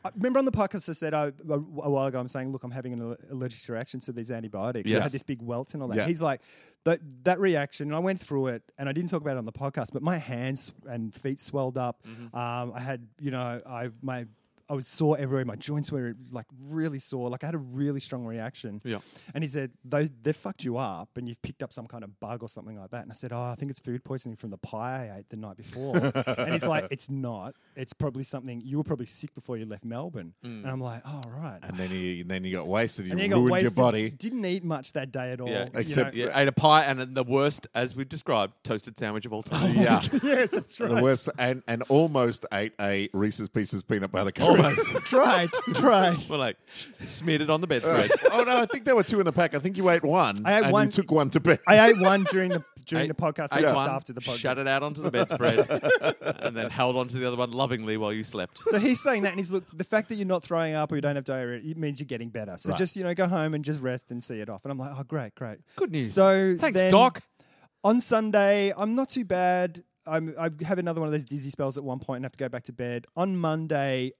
S3: I remember on the podcast I said I, a, a while ago, I'm saying, look, I'm having an al- allergic reaction to these antibiotics. I
S2: Yes.
S3: had this big welt and all that.
S1: Yeah.
S3: He's like, that, that reaction, and I went through it, and I didn't talk about it on the podcast, but my hands and feet swelled up.
S1: Mm-hmm.
S3: Um, I had, you know, I, my, I was sore everywhere. My joints were like really sore. Like I had a really strong reaction.
S2: Yeah.
S3: And he said, they, they fucked you up and you've picked up some kind of bug or something like that. And I said, oh, I think it's food poisoning from the pie I ate the night before. and he's like, it's not. It's probably something, you were probably sick before you left Melbourne. And I'm like, oh, right.
S1: And then you, Mm. and then you got wasted. You
S3: And then
S1: ruined your body.
S3: Didn't eat much that day at all.
S2: Yeah,
S3: you
S1: except-
S3: know.
S2: Yeah, ate a pie and the worst, as we've described, toasted sandwich of all time.
S1: Yeah,
S3: yes, that's right.
S1: the worst. And and almost ate a Reese's Pieces peanut butter. cake.
S3: tried, tried.
S2: We're like smeared it on the bedspread.
S1: oh no, I think there were two in the pack. I think you ate one.
S3: I ate
S1: and
S3: one-
S1: You took one to bed.
S3: I ate one during the during
S2: Eight-
S3: the podcast,
S2: Ate
S3: and just
S2: one,
S3: after the podcast.
S2: Shut it out onto the bedspread and then held onto the other one lovingly while you slept.
S3: So he's saying that, and he's look. The fact that you're not throwing up or you don't have diarrhea it means you're getting better. So
S1: Right.
S3: just you know, go home and just rest and see it off. And I'm like, oh, great, great.
S2: Good news.
S3: So
S2: Thanks,
S3: then
S2: Doc.
S3: On Sunday, I'm not too bad. I'm, I have another one of those dizzy spells at one point and have to go back to bed. On Monday,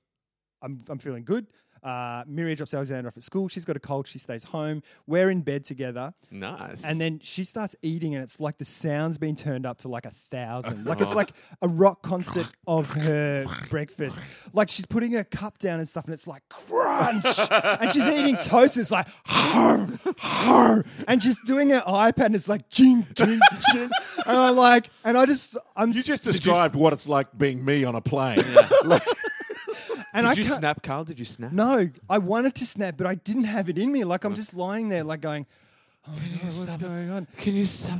S3: I'm, I'm feeling good. Uh, Miria drops Alexander off at school. She's got a cold. She stays home. We're in bed together.
S2: Nice.
S3: And then she starts eating, and it's like the sound's been turned up to like a thousand. Like it's like a rock concert of her breakfast. Like she's putting her cup down and stuff, and it's like crunch. and she's eating toast. It's like hum, hum. And she's doing her iPad, and it's like jing, jing, jing. And I'm like, and I just, I'm
S1: You just described what it's like being me on a plane.
S3: and
S2: did
S3: I
S2: you
S3: can't-
S2: snap, Carl? Did you snap?
S3: No, I wanted to snap, but I didn't have it in me. Like I'm just lying there, like going, oh, no, what's going on?
S2: Can you snap?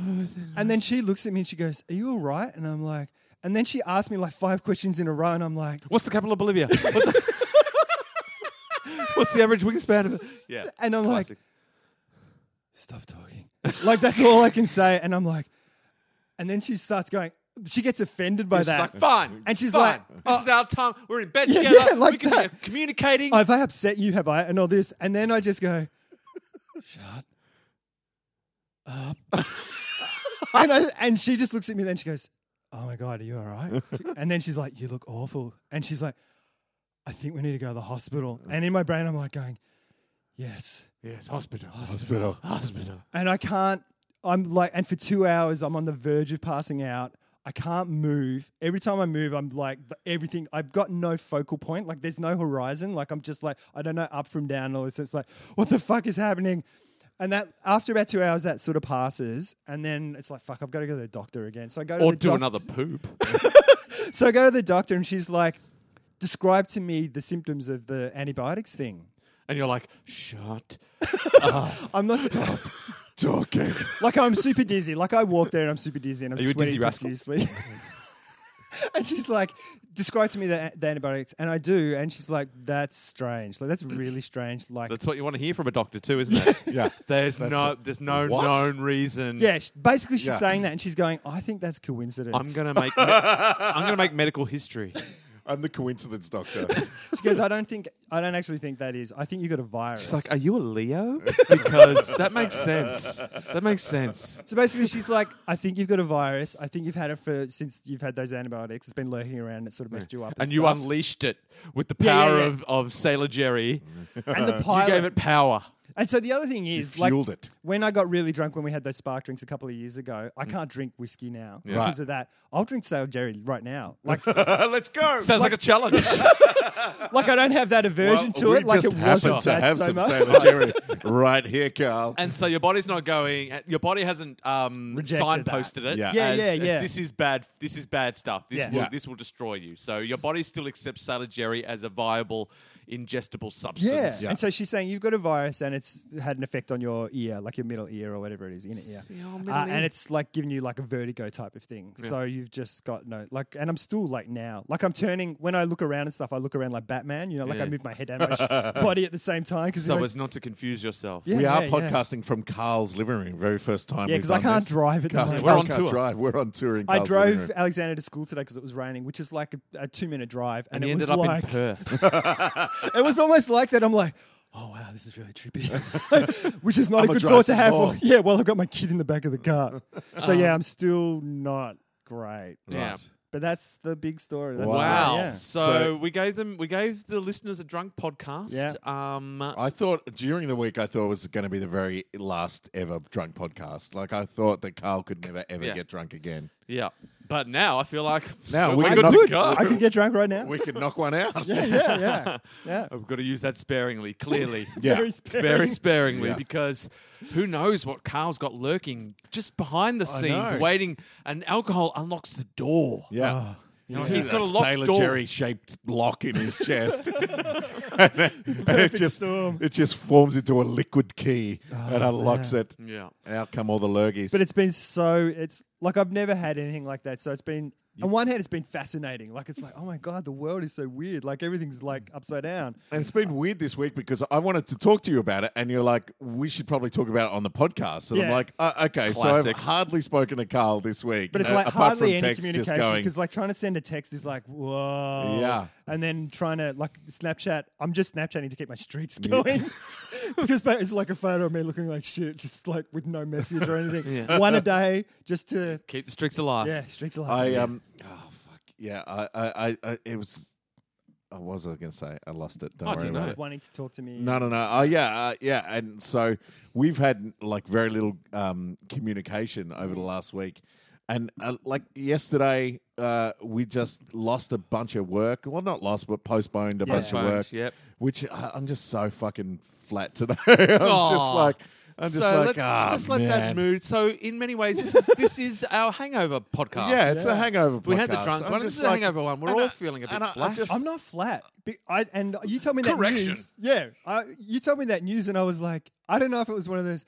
S3: And then she looks at me and she goes, Are you all right? And I'm like, And then she asked me like five questions in a row. And I'm like,
S2: What's the capital of Bolivia? What's the, What's the average wingspan of Yeah.
S3: And I'm like,
S2: Classic.
S3: Stop talking. like, that's all I can say. And I'm like, And then she starts going, She gets offended by
S2: She's
S3: that.
S2: like, fine.
S3: And she's
S2: fine.
S3: like, "Oh."
S2: this is our time. We're in bed
S3: Yeah,
S2: together.
S3: yeah, like
S2: we can be
S3: that.
S2: communicating.
S3: have I upset you? Have I? And all this. And then I just go, Shut up. and, I, and she just looks at me and then she goes, Oh my God, are you all right? and then she's like, You look awful. And she's like, I think we need to go to the hospital. And in my brain, I'm like, going, Yes.
S2: yes, hospital.
S1: Hospital.
S2: Hospital.
S3: And I can't, I'm like, and for two hours, I'm on the verge of passing out. I can't move. Every time I move, I'm like, th- everything, I've got no focal point. Like, there's no horizon. Like, I'm just like, I don't know up from down and all this. It's like, what the fuck is happening? And that, after about two hours, that sort of passes. And then it's like, fuck, I've got to go to the doctor again. So I go to
S2: Or
S3: the
S2: do
S3: doc-
S2: another poop.
S3: So I go to the doctor and she's like, describe to me the symptoms of the antibiotics thing.
S2: and you're like, shut.
S3: I'm not,
S1: Talking.
S3: Like I'm super dizzy. Like I walk there and I'm super dizzy and I'm
S2: Are you a
S3: sweating
S2: dizzy rascal?
S3: profusely. and she's like, describe to me the, the antibiotics, and I do. And she's like, that's strange. Like that's really strange. Like
S2: That's what you want to hear from a doctor too, isn't it?
S1: Yeah.
S2: There's
S1: That's
S2: no
S1: it.
S2: there's no
S1: What?
S2: known reason.
S3: yeah, she, basically she's
S1: Yeah.
S3: saying that, and she's going, I think that's coincidence.
S2: I'm gonna make me- I'm gonna make medical history.
S1: I'm the coincidence doctor.
S3: She goes, I don't think, I don't actually think that is. I think you got a virus.
S2: It's like, are you a Leo? Because that makes sense. That makes sense.
S3: so basically, she's like, I think you've got a virus. I think you've had it for since you've had those antibiotics. It's been lurking around. It sort of messed you up. And,
S2: And you
S3: stuff."
S2: unleashed it with the
S3: Yeah, yeah,
S2: power
S3: yeah.
S2: of of Sailor Jerry.
S3: and the
S2: You
S3: pilot
S2: gave it power.
S3: And so the other thing is, like,
S1: fueled it. Mm.
S3: when I got really drunk when we had those spark drinks a couple of years ago, I can't drink whiskey now because
S1: Right.
S3: of that. I'll drink Sailor Jerry right now. Like,
S1: Let's go.
S2: Sounds like, a challenge.
S3: like I don't have that aversion to it. Like, it wasn't
S1: to
S3: bad
S1: have
S3: so
S1: some
S3: much.
S1: Sailor Jerry right here, Carl.
S2: and so your body's not going. Your body hasn't um,
S3: Rejected that.
S2: signposted it.
S1: Yeah.
S3: Yeah,
S2: as-
S3: yeah,
S2: as
S3: yeah.
S2: This is bad. This is bad stuff. This
S3: Yeah.
S2: will
S1: Yeah.
S2: this will destroy you. So your body still accepts Sailor Jerry as a viable, ingestible
S3: Yeah.
S2: substance.
S3: and so she's saying you've got a virus and it's had an effect on your ear, like your middle ear or whatever it is, inner ear, uh, and it's like giving you like a vertigo type of thing. So you've just got no like, and I'm still like now, like I'm turning when I look around and stuff, I look around like Batman, you know, like I
S2: Yeah.
S3: move my head and my sh- body at the same time because
S2: So as not to confuse yourself.
S3: Yeah,
S1: we are
S3: yeah, yeah.
S1: podcasting from Carl's living room. Very first time.
S3: Yeah,
S1: we've
S3: because I
S1: done
S3: can't
S1: this.
S3: drive at the
S1: Carl,
S3: moment.
S2: We're
S1: Carl
S2: on
S1: can't
S2: tour.
S1: Drive. We're on tour in
S3: I
S1: Carl's living
S3: drove
S1: room.
S3: Alexander to school today because it was raining, which is like a, a two-minute drive, and,
S2: And he
S3: it
S2: ended
S3: was
S2: up
S3: like
S2: in Perth.
S3: it was almost like that. I'm like, oh wow, this is really trippy, which is not
S1: I'm
S3: a
S1: a
S3: good
S1: dry
S3: thought to have.
S1: small.
S3: yeah, well, I've got my kid in the back of the car, so yeah, I'm still not great.
S2: Yeah.
S3: But that's the big story. That's the-
S2: Wow.
S3: yeah.
S2: So,
S1: So-
S2: we gave them we gave the listeners a drunk podcast.
S3: Yeah.
S2: Um
S1: I thought during the week I thought it was going to be the very last ever drunk podcast. Like I thought that Carl could never ever
S2: Yeah.
S1: get drunk again.
S2: yeah. But now I feel like
S1: Now
S2: we're,
S1: we
S2: we're
S1: can
S2: good
S1: knock
S2: to
S1: it-
S2: go.
S3: I could get drunk right now.
S1: We could knock one out.
S3: yeah, yeah, yeah, yeah.
S2: I've Oh, got to use that sparingly, clearly.
S1: Yeah.
S3: Very sparing.
S2: Very sparingly
S1: Yeah.
S2: because who knows what Carl's got lurking just behind the scenes,
S1: know.
S2: waiting. And alcohol unlocks the door.
S1: Yeah.
S3: Oh.
S2: You know, he's got a locked
S1: Sailor
S2: door.
S1: Jerry shaped lock in his chest. and then- and it
S3: Perfect
S1: just
S3: storm. Oh,
S1: it just forms into a liquid key and unlocks it.
S2: Yeah.
S1: Out come all the lurgies.
S3: But it's been so it's like I've never had anything like that. So it's been on one hand, it's been fascinating. Like it's like, oh my god, the world is so weird. Like everything's like upside down.
S1: And it's been weird this week because I wanted to talk to you about it, and you're like, we should probably talk about it on the podcast. And I'm
S3: Yeah.
S1: like, uh, okay, so I've
S4: Classic.
S1: hardly spoken to Carl this week.
S3: But it's
S1: uh,
S3: like
S1: apart
S3: hardly
S1: from
S3: any
S1: text just
S3: communication
S1: going,
S3: because like trying to send a text is like whoa,
S1: Yeah.
S3: and then trying to like Snapchat. I'm just Snapchatting to keep my streaks going because ba- it's like a photo of me looking like shit, just like with no message or anything. One a day, just to
S2: Keep the streaks alive.
S3: yeah, streaks alive.
S1: I um, oh fuck, yeah, I, I, I, I it was, I was I gonna say, I lost it.
S3: Oh,
S1: Don't
S2: I
S1: worry
S2: didn't
S1: about
S2: know.
S1: it.
S3: wanting to talk to me.
S1: No, no, no. Oh, yeah, uh, yeah. And so we've had like very little um, communication over the last week, and uh, like yesterday, uh, we just lost a bunch of work. Well, not lost, but postponed a bunch
S4: Postponed,
S1: of work.
S4: yep.
S1: Which I, I'm just so fucking flat today. I'm just
S2: Aw.
S1: like, I'm just
S2: so
S1: like,
S2: let,
S1: ah,
S2: just let
S1: man."
S2: that mood. So in many ways, this is this is our hangover podcast.
S1: Yeah, it's a hangover.
S2: We had the
S1: podcast.
S2: drunk
S1: I'm
S2: one,
S1: just
S2: this is a hangover one. We're
S1: and
S2: all
S1: I-
S2: feeling a bit
S1: and I- I
S2: flat.
S1: just-
S3: I'm not flat. Be- I, and you told me that
S2: Correction.
S3: news. Yeah, I, you told me that news, and I was like, I don't know if it was one of those.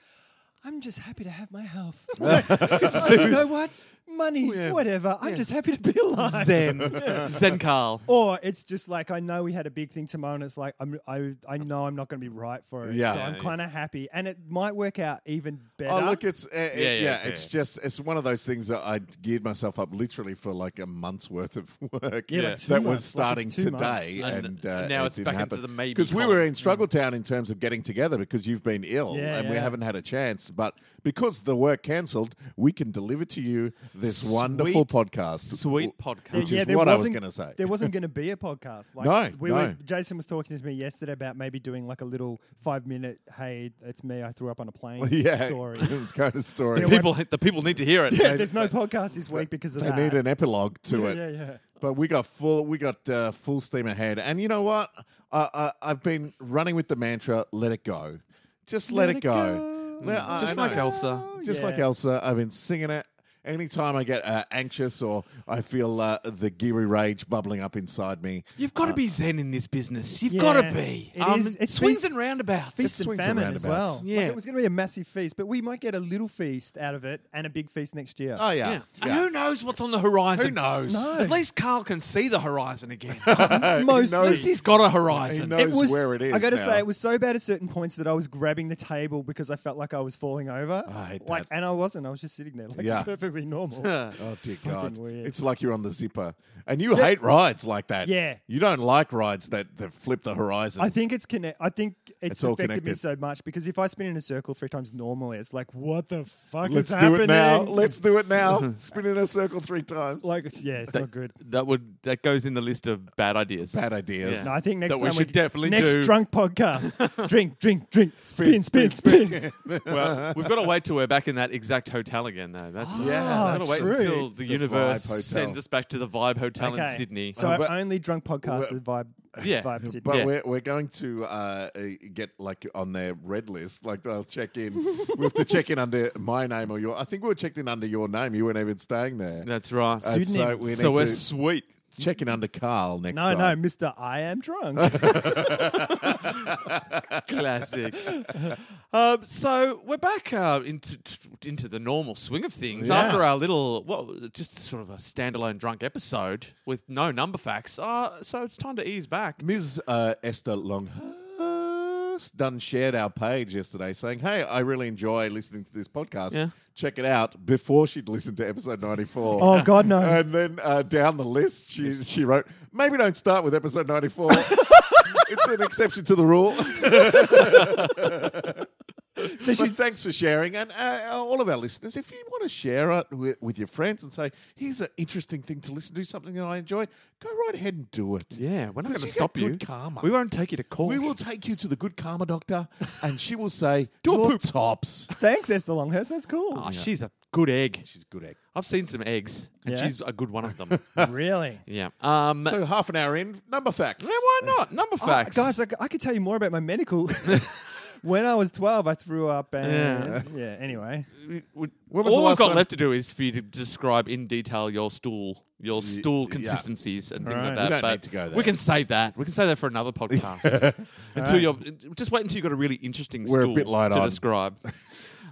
S3: I'm just happy to have my health. so, you know what? Money,
S2: Yeah.
S3: whatever. I'm just happy to be alive.
S2: Zen, Zen Carl.
S3: Or it's just like I know we had a big thing tomorrow, and it's like I'm, I I know I'm not going to be right for it.
S1: Yeah.
S3: so
S1: Yeah,
S3: I'm
S4: yeah.
S3: kind of happy, and it might work out even better.
S1: Oh, look, it's uh, yeah,
S4: Yeah, yeah,
S1: yeah,
S4: it's-
S1: it's just it's one of those things that I geared myself up literally for like a month's worth of work
S3: Yeah, like two
S1: that
S3: months,
S1: was starting
S3: like it's two
S1: today,
S2: months. And-
S1: and, uh,
S2: and now it's back into the maybe
S1: because we
S2: column.
S1: were in struggle town in terms of getting together because you've been ill
S3: Yeah,
S1: and we
S3: yeah.
S1: haven't had a chance, but because the work cancelled, we can deliver to you this wonderful podcast,
S2: Sweet podcast.
S1: which
S3: Yeah,
S1: is
S3: there
S1: what I was
S3: wasn't-
S1: going to say.
S3: There wasn't going to be a podcast. Like,
S1: No,
S3: we
S1: no.
S3: Were, Jason was talking to me yesterday about maybe doing like a little five minute, hey, it's me, I threw up on a plane
S1: yeah,
S3: story.
S1: it's kind of story.
S3: There
S2: People, the people need to hear it.
S3: Yeah, there's no podcast this week because of
S1: they
S3: that.
S1: need an epilogue to
S3: yeah,
S1: it.
S3: yeah, yeah.
S1: But we got full. We got uh, full steam ahead. And you know what? I, I I've been running with the mantra: let it go. Just let, it go. Let- I- I
S2: Just like
S1: know.
S2: Elsa.
S1: Just like
S3: Yeah.
S1: Elsa, I've been singing it. Anytime I get uh, anxious or I feel uh, the geary rage bubbling up inside me,
S2: You've got to be zen in this business. You've
S3: Yeah.
S2: got to be. Um,
S3: It is- it's
S2: swings
S3: feast-
S2: and roundabouts.
S3: Feast and
S1: swings and
S3: famine as well.
S1: roundabouts.
S3: Yeah.
S2: Yeah.
S3: it was going to be a massive feast, but we might get a little feast out of it and a big feast next year.
S1: oh yeah,
S2: yeah. And
S1: yeah.
S2: who knows what's on the horizon?
S1: Who knows?
S3: No.
S2: At least Carl can see the horizon again. At
S3: Mostly.
S2: least he's got a
S1: He
S2: horizon.
S1: knows where it is.
S3: I got to
S1: now.
S3: say, it was so bad at certain points that I was grabbing the table because I felt like I was falling over.
S1: I hate
S3: like,
S1: that.
S3: and I wasn't. I was just sitting there, like
S1: Yeah.
S3: perfectly normal.
S1: Oh dear God!
S3: weird.
S1: It's like you're on the zipper, and you hate rides like that.
S3: Yeah.
S1: you don't like rides that, that flip the horizon.
S3: I think it's connect. I think it's,
S1: It's all
S3: affected me
S1: connected.
S3: so much because if I spin in a circle three times normally, it's like, what the fuck
S1: Let's
S3: is
S1: do
S3: happening?
S1: it now. Let's do it now. Spin in a circle three times.
S3: like, it's, yeah, it's not good.
S4: That would that goes in the list of bad ideas.
S1: bad ideas.
S3: No, I think next
S4: That we
S3: time
S4: should definitely
S3: next
S4: do.
S3: drunk podcast. drink, drink, drink. Spin, spin, spin.
S4: well, we've got to wait till we're back in that exact hotel again, though. That's uh,
S1: Yeah,
S4: We've got to
S3: that's
S4: wait
S3: Ah, true.
S4: until the,
S1: The
S4: universe
S1: Vibe Hotel.
S4: sends us back to the Vibe Hotel in Sydney.
S3: So
S1: Uh, but-
S3: I only drunk podcasts that vibe,
S4: Yeah,
S3: vibe Sydney.
S1: But
S4: Yeah.
S1: we're, we're going to uh, uh, get like on their red list. Like they'll check in. we have to check in under my name or your. I think we were checked in under your name. You weren't even staying there.
S4: That's right.
S1: Uh, so
S3: pseudonym.
S1: we need
S4: so we're
S1: to
S4: sweet.
S1: check in under Carl next
S3: No,
S1: time.
S3: no, Mister, I am drunk.
S4: Classic.
S2: Um, so we're back uh, into into the normal swing of things
S1: Yeah.
S2: after our little, well, just sort of a standalone drunk episode with no number facts. Uh, so it's time to ease back.
S1: Ms. Uh, Esther Longhurst done shared our page yesterday saying, Hey, I really enjoy listening to this podcast.
S2: Yeah.
S1: Check it out before she'd listened to episode 94.
S3: Oh, God, no.
S2: Uh-huh.
S1: And then uh, down the list, she, she wrote, Maybe don't start with episode 94. it's an exception to the rule.
S3: so
S1: But
S3: she,
S1: thanks for sharing. And uh, all of our listeners, if you want to share it with, with your friends and say, Here's an interesting thing to listen to, something that I enjoy, go right ahead and do it.
S2: Yeah, we're not going
S1: Because
S2: to
S1: you
S2: stop
S1: get
S2: you.
S1: good karma.
S2: We won't take you to court.
S1: We will take you to the good karma doctor, and she will say,
S2: Do a
S1: "Your
S2: poop."
S1: tops."
S3: thanks, Esther Longhurst. That's
S2: Oh,
S3: cool.
S2: she's a good egg.
S1: She's a good egg.
S2: I've seen some eggs, and
S3: Yeah?
S2: she's a good one of them.
S3: really,
S2: yeah. Um,
S1: So Ah, half an hour in, number facts.
S2: yeah, why not? Number facts.
S3: Oh, guys, I, c- I could tell you more about my medical. when I was twelve, I threw up, and yeah. anyway,
S4: We- we-
S1: When was the
S4: all we've
S1: last
S4: got
S1: time-
S4: left to do is for you to describe in detail your stool, your stool
S1: yeah.
S4: consistencies and things
S3: Right.
S4: like
S3: We
S4: that.
S1: don't
S4: but
S1: need to go there.
S4: We can save that. We can save that for another podcast. until you're just wait until you've got a really interesting
S1: We're a
S4: stool
S1: bit light
S4: to
S1: on.
S4: describe.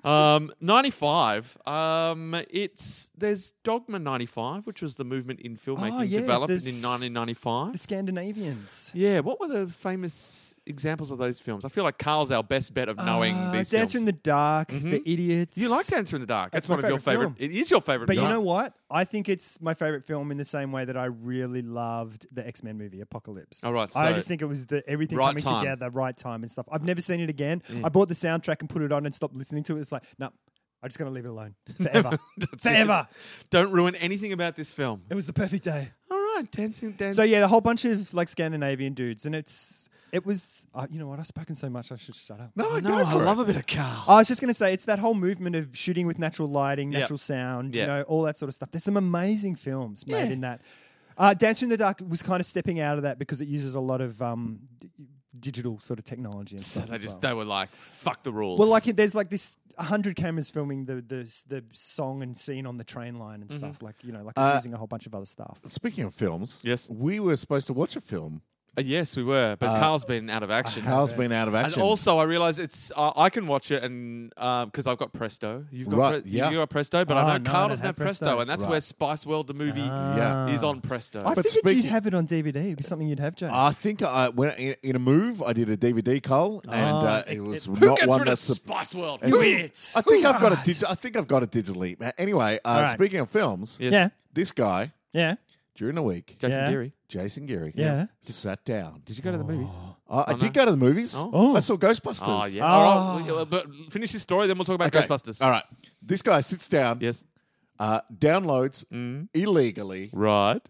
S2: Um, 95. Um, it's there's Dogma 95, which was the movement in filmmaking
S3: Oh, yeah,
S2: developed in
S3: there's-
S2: 1995.
S3: The Scandinavians.
S2: Yeah, what were the famous examples of those films? I feel like Carl's our best bet of knowing
S3: Uh,
S2: these
S3: Dancer
S2: films.
S3: in the Dark, The Idiots.
S2: you like Dancer in the Dark. That's,
S3: That's my
S2: one of your favorite.
S3: favourite
S2: It is your favorite.
S3: But you
S2: film.
S3: know what? I think it's my favorite film in the same way that I really loved the X Men movie Apocalypse.
S2: All right,
S3: I
S2: so-
S3: just think it was the everything
S2: Right
S3: coming
S2: time. Mm.
S3: together, right time and stuff. I've never seen it again. I bought the soundtrack and put it on and stopped listening to it. It's like, no, I'm just gonna leave it alone forever, forever.
S2: Don't ruin anything about this film.
S3: It was the perfect day.
S2: All right, dancing, dancing.
S3: So yeah, the whole bunch of like Scandinavian dudes, and it's it was uh, you know what I've spoken so much I should shut up.
S2: no,
S1: go
S2: I
S1: for
S2: love a bit of Carl.
S3: I was just going to say, it's that whole movement of shooting with natural lighting,
S2: Yeah.
S3: natural sound,
S2: Yeah.
S3: you know, all that sort of stuff. There's some amazing films made
S2: Yeah.
S3: in that. Uh, Dancer in the Dark was kind of stepping out of that because it uses a lot of um, d- digital sort of technology and
S2: So
S3: stuff.
S2: they
S3: as
S2: just
S3: well.
S2: they were like, fuck the rules.
S3: well, like there's like this hundred cameras filming the, the the song and scene on the train line
S2: Mm-hmm.
S3: and stuff. Like you know, like it's
S1: Uh,
S3: using a whole bunch of other stuff.
S1: Speaking of films,
S2: Yes.
S1: we were supposed to watch a film.
S2: Uh, yes, we were, but Carl's been out of action.
S1: Carl's been out of
S2: And
S1: action.
S2: also, I realize it's uh, I can watch it, and because I've got Presto, you've got
S1: Right,
S2: Pre-
S1: yeah.
S2: you got Presto, but I
S3: Oh,
S2: know
S3: no, I
S2: Carl
S3: don't
S2: doesn't have
S3: have
S2: Presto,
S3: Presto.
S2: and that's
S1: Right.
S2: where Spice World the movie
S1: Yeah.
S2: is on Presto.
S1: But
S3: I figured
S1: speaking-
S3: you'd have it on DVD. It'd be something you'd have, James.
S2: Ah,
S1: I think I went in, in a move. I did a DVD cull, and uh, it, was
S2: Who
S1: not
S2: gets
S1: one
S2: rid of
S1: that's.
S2: Spice World?
S1: I think-
S3: it.
S1: I think I've got a digi- I think I've got it digitally. Uh, Anyway, uh,
S3: right.
S1: speaking of films,
S2: Yes.
S3: yeah,
S1: this guy
S3: yeah,
S1: during the week,
S2: Jason
S3: Yeah.
S2: Geary.
S1: Jason Geary,
S3: Yeah.
S1: sat down.
S2: Did you go to the movies?
S1: I, I
S2: Oh, no.
S1: did go to the movies.
S3: Oh.
S1: I saw Ghostbusters. Ah,
S2: Oh yeah. All right, well, yeah, but finish this story, then we'll talk about
S1: Okay.
S2: Ghostbusters.
S1: All right, this guy sits down,
S2: Yes.
S1: uh, downloads illegally
S2: Right.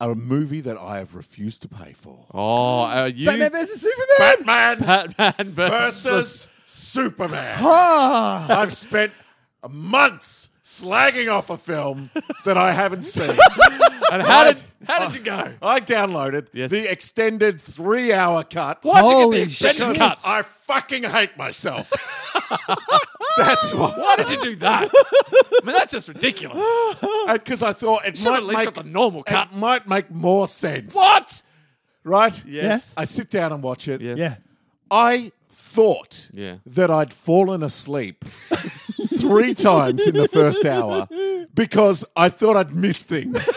S1: a movie that I have refused to pay for.
S2: Oh, uh, you
S3: Batman versus Superman.
S1: Batman
S2: Batman versus.
S1: versus Superman.
S3: Ah.
S1: I've spent months slagging off a film that I haven't seen.
S2: And how did how did you go?
S1: I downloaded
S2: Yes.
S1: the extended three hour cut.
S2: Why'd you get
S3: Holy
S2: the extended
S1: Because
S2: cuts?
S1: I fucking hate myself. That's why.
S2: Why did you do that? I mean, that's just ridiculous.
S1: Because Uh, I thought it
S2: Should
S1: might,
S2: at least
S1: make,
S2: got the normal cut.
S1: it might make more sense.
S2: What?
S1: Right?
S2: Yes.
S1: I sit down and watch it.
S3: Yeah.
S1: I thought
S2: Yeah.
S1: that I'd fallen asleep three times in the first hour because I thought I'd missed things.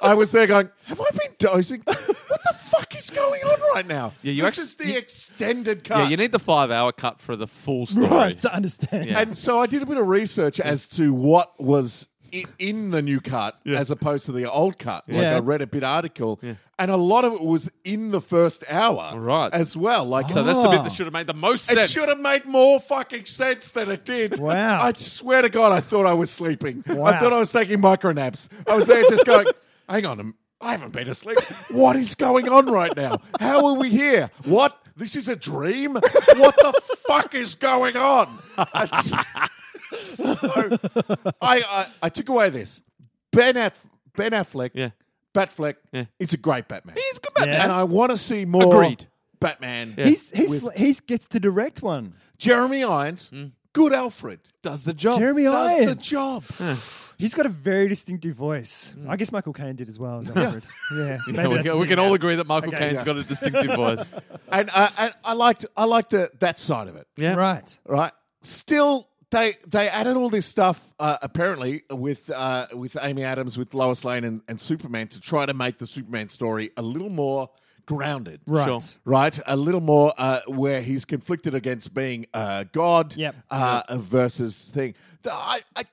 S1: I was there going, Have I been dozing? What the fuck is going on right now?
S2: Yeah, you
S1: this
S2: actu-
S1: is the extended cut.
S2: Yeah, you need the five hour cut for the full story.
S3: Right to understand.
S2: Yeah.
S1: and so I did a bit of research as to what was i- in the new cut as opposed to the old cut. Like
S3: Yeah.
S1: I read a bit article, and a lot of it was in the first hour,
S2: Right.
S1: As well, like
S2: So that's the bit that should have made the most sense.
S1: It should have made more fucking sense than it did.
S3: Wow.
S1: I swear to God, I thought I was sleeping. I
S3: Wow.
S1: thought I was taking micro naps. I was there just going, hang on, a m- I haven't been asleep. What is going on right now? How are we here? What? This is a dream? What the fuck is going on? And so so I, I, I took away this. Ben, Aff- ben Affleck,
S2: Yeah.
S1: Batfleck,
S2: Yeah.
S1: it's a great Batman.
S2: He's good Batman.
S3: Yeah.
S1: And I want to see more
S2: Agreed.
S1: Batman.
S3: He's he's he's gets to direct one.
S1: Jeremy Irons,
S2: Hmm.
S1: good Alfred,
S2: Does the job.
S3: Jeremy
S1: does
S3: Irons.
S1: the job.
S3: He's got a very distinctive voice. I guess Michael Caine did as well as Alfred. yeah, maybe
S2: we
S3: that's
S2: can,
S3: the
S2: we
S3: thing
S2: can
S3: now.
S2: all agree that Michael
S3: Okay,
S2: Caine's
S1: yeah.
S2: got a distinctive voice.
S1: and, uh, and I liked I liked the, that side of it.
S2: Yeah.
S3: Right.
S1: Right. Still, they they added all this stuff uh, apparently with uh, with Amy Adams, with Lois Lane, and, and Superman to try to make the Superman story a little more grounded.
S3: Right.
S2: Sure.
S1: Right, a little more uh, where he's conflicted against being uh, God
S3: Yep.
S1: uh, versus thing. The- I, I,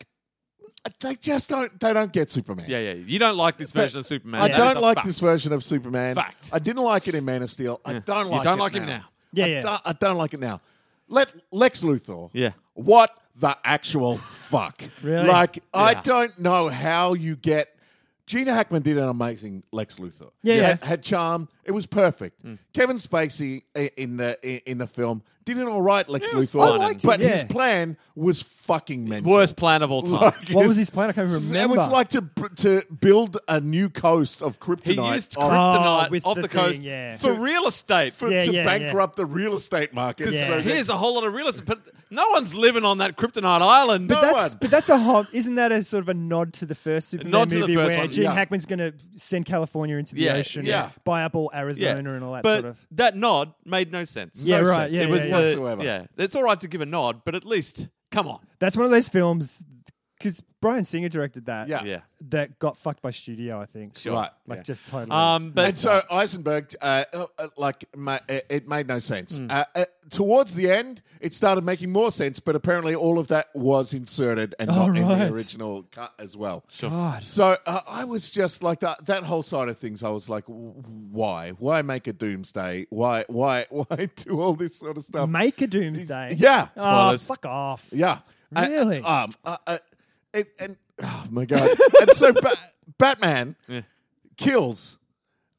S1: they just don't. They don't get Superman.
S2: Yeah, yeah. You don't like this version of Superman.
S1: I
S2: That is
S1: don't
S2: a
S1: like
S2: fact.
S1: this version of Superman.
S2: Fact.
S1: I didn't like it in Man of Steel. I don't
S2: You
S1: like
S2: don't
S1: it
S2: like him
S1: now.
S2: now.
S3: Yeah,
S1: I,
S3: yeah.
S1: Don't, I don't like it now. Let Lex Luthor.
S2: Yeah.
S1: What the actual fuck?
S3: Really?
S1: Like I
S2: Yeah.
S1: don't know how you get Gina Hackman did an amazing Lex Luthor.
S3: Yeah,
S1: Had,
S3: yeah.
S1: had charm. It was perfect.
S2: Mm.
S1: Kevin Spacey i- in the i- in the film did an all right Lex
S2: Yeah, it was
S1: Luthor,
S2: fine. I liked
S3: him,
S1: but
S3: yeah.
S1: his plan was fucking mental.
S2: Worst plan of all time.
S3: What was his plan? I can't even
S1: It
S3: remember.
S1: was like to to build a new coast of
S2: He
S1: kryptonite.
S2: used
S1: on-
S2: kryptonite
S3: Oh, with
S2: off the,
S3: the thing,
S2: coast
S3: yeah.
S2: for real estate.
S1: for,
S3: Yeah,
S1: to
S3: yeah,
S1: bankrupt the real estate market.
S3: Yeah.
S1: So that,
S2: Here's a whole lot of real estate, but no one's living on that kryptonite island.
S3: but
S2: No
S3: that's
S2: one.
S3: but that's a hot. Isn't that a sort of a nod to the first Superman
S2: nod to the
S3: movie
S2: first
S3: where
S2: one,
S3: Gene
S1: yeah.
S3: Hackman's going to send California into the
S2: Yeah,
S3: ocean,
S1: yeah.
S3: and buy up all Arizona and all that
S2: but
S3: sort of.
S2: That nod made no sense.
S3: Yeah,
S1: no
S3: right.
S1: sense.
S3: Yeah,
S2: it was
S3: yeah,
S2: the-
S1: whatsoever.
S2: yeah. It's all right to give a nod, but at least Come on.
S3: That's one of those films because Brian Singer directed that.
S1: Yeah.
S4: Yeah.
S3: That got fucked by studio, I think.
S4: Sure.
S1: Right.
S3: Like just totally.
S2: Um,
S1: and
S2: but
S1: so Eisenberg, uh, uh, uh, like, ma- it it made no sense.
S3: Hmm.
S1: Uh, uh, towards the end, it started making more sense, but apparently all of that was inserted and
S3: Oh,
S1: not in
S3: right.
S1: the original cut as well.
S3: God.
S1: So uh, I was just like that. That whole side of things, I was like, w- why? Why make a doomsday? Why? Why? Why do all this sort of stuff?
S3: Make a Doomsday.
S1: Yeah.
S3: Oh,
S4: Spoilers.
S3: fuck off.
S1: Yeah. I-
S3: Really?
S1: I, um, I- I- it- and oh my god. and so ba- Batman kills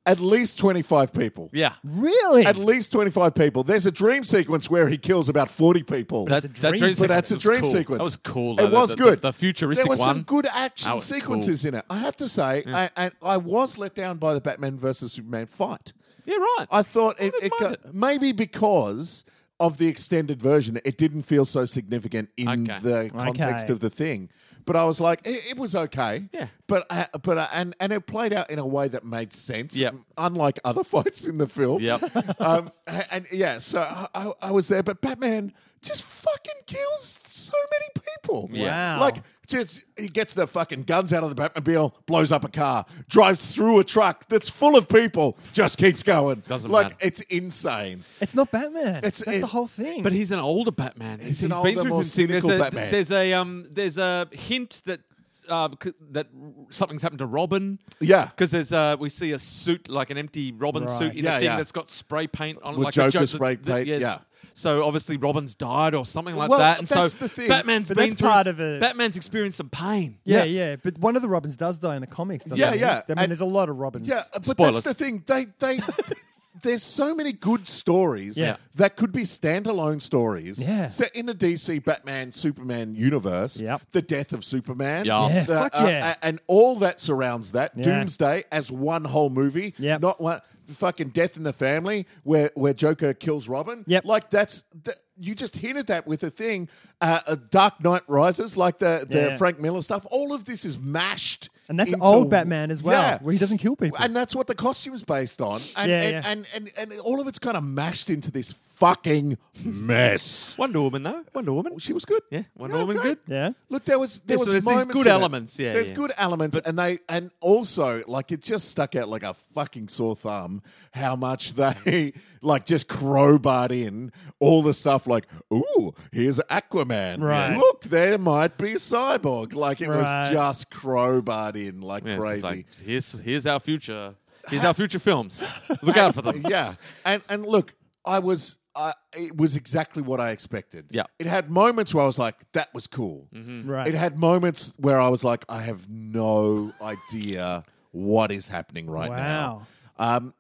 S1: at least twenty five people.
S2: yeah,
S3: Really?
S1: At least twenty five people. There's a dream sequence where he kills about forty people.
S2: that's
S3: a
S2: that,
S3: dream-
S2: that dream
S1: but that's a
S2: was
S1: dream
S2: cool.
S1: sequence.
S2: That was cool.
S1: It
S2: though, the-
S1: was
S2: the-
S1: good.
S2: The, futuristic
S1: there was
S2: one.
S1: some good
S2: That
S1: action
S2: was
S1: sequences in it. I have to say, I, I, I was let down by the Batman versus Superman fight.
S2: yeah, right.
S1: I thought it,
S2: didn't
S1: it,
S2: mind
S1: got- maybe because of the extended version, it didn't feel so significant in
S2: Okay.
S1: the context
S3: Okay.
S1: of the thing. But I was like, it, it was okay.
S2: Yeah.
S1: But I, but I, and and it played out in a way that made sense.
S2: Yep.
S1: Unlike other fights in the film.
S2: Yep.
S1: um, and, and yeah, so I, I, I was there, but Batman just fucking kills so many people.
S3: Yeah. Wow.
S1: Like just he gets the fucking guns out of the Batmobile, blows up a car, drives through a truck that's full of people, just keeps going.
S2: Doesn't
S1: like
S2: matter.
S1: it's insane.
S3: it's not Batman.
S1: It's-
S3: That's
S1: it-
S3: the whole thing.
S2: But he's an older Batman. He's,
S1: an
S2: he's
S1: older,
S2: been through
S1: more
S2: this thing. There's
S1: cynical
S2: a,
S1: Batman.
S2: There's a um, there's a hint that uh, c- that something's happened to Robin.
S1: Yeah.
S2: because there's uh, we see a suit like an empty Robin
S3: Right.
S2: suit in
S1: Yeah,
S2: a thing
S1: yeah.
S2: that's got spray paint on it,
S1: With
S2: like a
S1: Joker
S2: Joker
S1: spray paint, yeah.
S2: So obviously Robin's died or something like
S1: Well,
S2: that, and
S1: that's
S2: so
S1: the thing.
S2: Batman's
S3: But
S2: been
S3: that's
S2: through-
S3: part of it.
S2: Batman's experienced some pain.
S3: yeah,
S1: Yeah.
S3: yeah, But one of the Robins does die in the comics, doesn't
S1: Yeah,
S3: he?
S1: yeah.
S3: I mean,
S1: And-
S3: there's a lot of Robins.
S1: Yeah, uh, but
S2: Spoilers.
S1: that's the thing. They they there's so many good stories
S3: Yeah.
S1: that could be standalone stories.
S3: Yeah.
S1: set in the DC Batman Superman universe.
S3: Yep.
S1: the death of Superman.
S2: Yeah. Yeah,
S1: the,
S3: fuck yeah.
S1: a- and all that surrounds that
S3: Yeah.
S1: Doomsday as one whole movie.
S3: Yep.
S1: not one fucking death in the family where where Joker kills Robin.
S3: Yep.
S1: like that's. Th- you just hinted that with a thing, uh, uh, Dark Knight Rises, like the, the
S3: Yeah.
S1: Frank Miller stuff. All of this is mashed,
S3: And that's
S1: into-
S3: old Batman as well,
S1: Yeah.
S3: where he doesn't kill people.
S1: And that's what the costume's based on. And,
S3: Yeah,
S1: and,
S3: yeah.
S1: And, and, and, all of it's kind of mashed into this fucking mess.
S2: Wonder Woman though, Wonder Woman.
S1: She was good.
S2: Yeah, Wonder Woman,
S1: great.
S2: good.
S3: Yeah.
S1: Look, there was there
S2: Yeah, so
S1: was
S2: there's these
S1: moments
S2: good
S1: in it.
S2: elements, yeah,
S1: there's
S2: yeah.
S1: good elements, and they and also like it just stuck out like a fucking sore thumb. How much they like just crowbarred in all the stuff like, ooh, here's Aquaman.
S3: Right.
S1: Look, there might be Cyborg. Like it was
S3: Right.
S1: just crowbarred in like
S2: Yeah, it's
S1: crazy.
S2: just like, here's here's our future. Here's our future films. Look out for them.
S1: yeah, and and look, I was. I it was exactly what I expected.
S2: Yeah. Mm-hmm.
S1: it had moments where I was like, "That was cool."
S3: Right.
S1: It had moments where I was like, "I have no idea what is happening right now."
S3: wow.
S1: Um,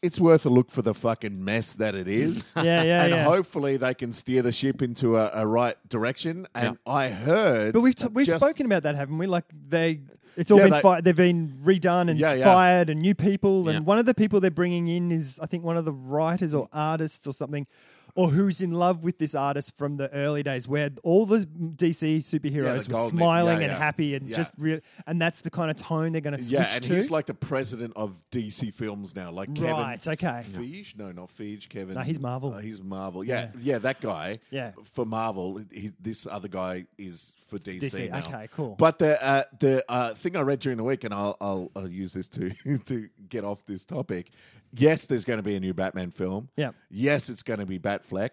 S1: it's worth a look for the fucking mess that it is.
S3: Yeah, yeah,
S1: and
S3: yeah.
S1: hopefully they can steer the ship into a, a right direction. And I heard,
S3: But we've t- we've
S1: just-
S3: spoken about that, haven't we? Like they, it's all
S1: Yeah,
S3: been
S1: they-
S3: fi- they've been redone and
S1: Yeah, yeah.
S3: fired and new people.
S2: Yeah.
S3: And one of the people they're bringing in is I think one of the writers or artists or something, or who's in love with this artist from the early days, where all the DC superheroes were
S1: golden-
S3: smiling
S1: yeah,
S3: and
S1: yeah.
S3: happy and
S1: Yeah.
S3: just real. And that's the kind of tone they're going to switch
S1: Yeah, and
S3: to.
S1: he's like the president of DC Films now, like
S3: Right,
S1: Kevin.
S3: okay.
S1: Feige? No, not Feige. Kevin.
S3: No, he's Marvel.
S1: Uh, he's Marvel. Yeah, yeah, that guy.
S3: Yeah.
S1: For Marvel, he, this other guy is for DC.
S3: DC,
S1: now.
S3: okay, cool.
S1: But the uh, the uh, thing I read during the week, and I'll I'll, I'll use this to to get off this topic. Yes, there's going to be a new Batman film.
S3: Yeah.
S1: Yes, it's going to be Batfleck.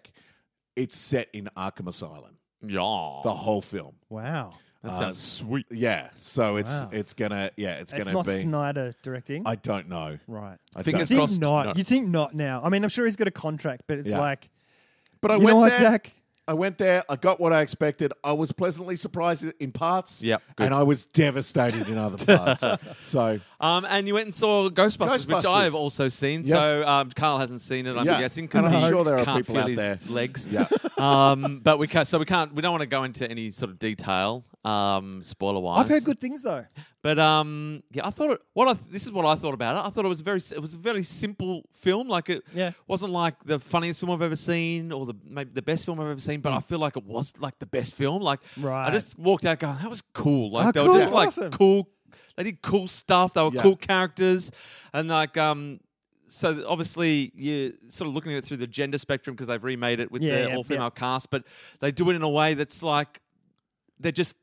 S1: It's set in Arkham Asylum.
S2: Yeah,
S1: The whole film.
S3: wow,
S2: that sounds sweet.
S1: Yeah. So it's
S3: Wow.
S1: it's gonna yeah it's
S3: it's
S1: gonna
S3: not
S1: be.
S3: Snyder directing,
S1: I don't know.
S3: right?
S1: I
S2: Fingers
S1: don't
S3: You
S2: It's
S3: think
S2: crossed,
S3: not?
S2: no.
S3: You think not now? I mean, I'm sure he's got a contract, but it's
S1: Yeah.
S3: like,
S1: But I
S3: you
S1: went
S3: know what,
S1: there.
S3: Zach?
S1: I went there. I got what I expected. I was pleasantly surprised in parts.
S2: Yep, good.
S1: and I was devastated in other parts. so
S2: Um, and you went and saw Ghostbusters, which
S1: Ghostbusters.
S2: I've also seen.
S1: Yes.
S2: So um, Carl hasn't seen it, I'm
S1: Yeah.
S2: guessing, because
S1: And I'm
S2: he
S1: sure there are
S2: can't
S1: people
S2: feel
S1: out
S2: his
S1: there.
S2: legs.
S1: Yeah.
S2: um, but we can't. So we can't. We don't want to go into any sort of detail. Um, spoiler wise,
S3: I've heard good things though.
S2: But um, yeah, I thought it, what I this is what I thought about it. I thought it was very it was a very simple film. Like it
S3: Yeah.
S2: wasn't like the funniest film I've ever seen or the maybe the best film I've ever seen. But I feel like it was like the best film. Like I
S3: Mm. Right.
S2: just walked out going, that was cool. Like
S3: Oh,
S2: they
S3: cool.
S2: were just like
S3: Awesome.
S2: cool. They did cool stuff. They were
S1: Yeah.
S2: cool characters, and like um. so obviously you're sort of looking at it through the gender spectrum because they've remade it with
S3: Yeah,
S2: their
S3: yeah,
S2: all female cast, but they do it in a way that's like they're just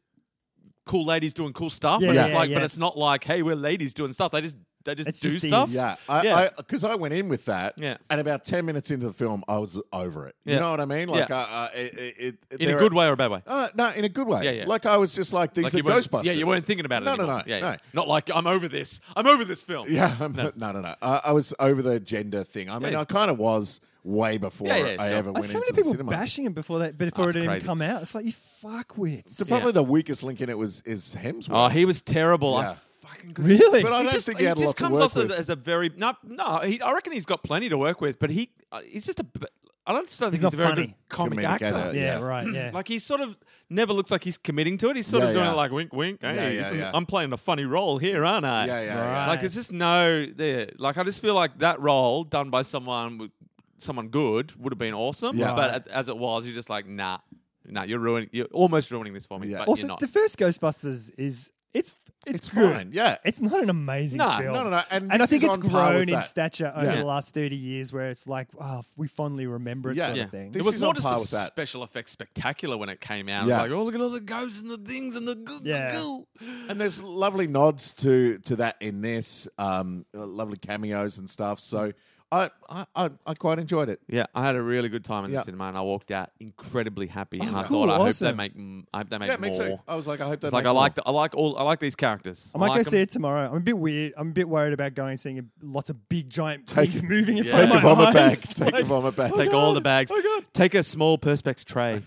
S2: cool ladies doing cool stuff.
S3: Yeah,
S2: and it's
S3: yeah,
S2: like,
S3: yeah.
S2: but it's not like, hey, we're ladies doing stuff. They just they just
S3: It's
S2: do
S3: just these-
S2: stuff.
S1: Yeah, because
S2: Yeah.
S1: I, because I went in with that,
S2: Yeah.
S1: and about ten minutes into the film, I was over it. You
S2: Yeah.
S1: know what I mean? Like,
S2: Yeah.
S1: uh, uh, it, it, it,
S2: in
S1: there
S2: a
S1: are-
S2: good way or a bad way.
S1: Uh, no, in a good way.
S2: Yeah, yeah.
S1: Like I was just like these
S2: Like
S1: are
S2: you weren't-
S1: Ghostbusters.
S2: Yeah, you weren't thinking about it.
S1: No, no,
S2: anymore.
S1: no,
S2: yeah,
S1: no.
S2: yeah. Not like I'm over this. I'm over this film.
S1: Yeah, I'm- no, no, no. I, I was over the gender thing. I mean,
S2: Yeah.
S1: I kind of was way before
S2: Yeah, yeah,
S1: I
S2: sure.
S1: ever
S3: Like,
S1: went
S3: so
S1: into
S3: many
S1: the
S3: people
S1: cinema.
S3: bashing it before that before it
S2: it's
S3: had even
S2: crazy.
S3: come out. It's like you fucking
S1: So probably the weakest link in it was is Hemsworth.
S2: Oh, he was terrible. I
S1: Yeah.
S2: fucking couldn't-
S3: Really?
S1: But I don't
S2: just,
S1: think he had a
S2: just
S1: lot to
S2: comes
S1: work
S2: off as,
S1: with.
S2: as a very no, no. He, I reckon he's got plenty to work with, but he uh, he's just a. b- I don't just don't
S3: He's
S2: think he's a
S3: not
S2: very
S3: funny.
S2: good comic
S1: Comedic
S2: actor.
S1: actor,
S3: yeah,
S1: Yeah. Mm.
S3: right. Yeah.
S2: Like he sort of never looks like he's committing to it. He's sort
S1: Yeah,
S2: of doing
S1: yeah.
S2: it like wink, wink. Hey,
S1: Yeah, yeah,
S2: listen,
S1: yeah.
S2: I'm playing a funny role here, aren't I?
S1: Yeah, yeah, yeah.
S3: Right.
S2: Like it's just no there. Like I just feel like that role done by someone with- someone good would have been awesome.
S1: Yeah.
S2: But a- as it was, you're just like nah, nah. You're ruining. You're almost ruining this for me.
S1: Yeah.
S2: But
S3: also,
S2: you're not.
S3: the first Ghostbusters is it's it's,
S1: It's
S3: good.
S1: fine. Yeah.
S3: It's not an amazing
S2: No,
S3: film.
S1: no, no, no. And,
S3: And I
S1: this
S3: think
S1: is
S3: it's
S1: on par with
S3: grown in
S1: that.
S3: stature over
S1: Yeah.
S3: the last 30 years where it's like, oh, we fondly remember it
S1: Yeah.
S3: sort
S1: Yeah.
S3: of thing.
S1: This
S2: it was
S1: is
S2: more
S1: on
S2: just
S1: par
S2: a
S1: with that.
S2: special effects spectacular when it came out.
S1: Yeah.
S2: Like, oh, look at all the ghosts and the things and the goo goo
S3: Yeah.
S2: goo.
S1: And there's lovely nods to to that in this, um, lovely cameos and stuff. So I I, I, I quite enjoyed it.
S2: Yeah, I had a really good time in
S1: Yeah. Oh
S2: the cinema, and I walked out incredibly happy. and I
S3: cool,
S2: thought, I hope
S3: awesome.
S2: they make, m- I hope they make
S1: Yeah,
S2: more.
S1: me too. Oh, I was like, I hope that.
S2: It's like I like, the, I like all, I like these characters.
S3: I might
S2: like
S3: go
S2: 'em.
S3: see it tomorrow. I'm a bit weird. I'm a bit worried about going and seeing lots of big giant
S1: Take-
S3: pigs moving in
S2: Yeah.
S3: front
S1: Take
S3: of
S1: a
S3: my
S1: vomit bag.
S3: eyes.
S1: Take a
S3: Like,
S1: vomit bag.
S2: Take all the bags.
S1: Oh, God.
S2: Take a small perspex tray,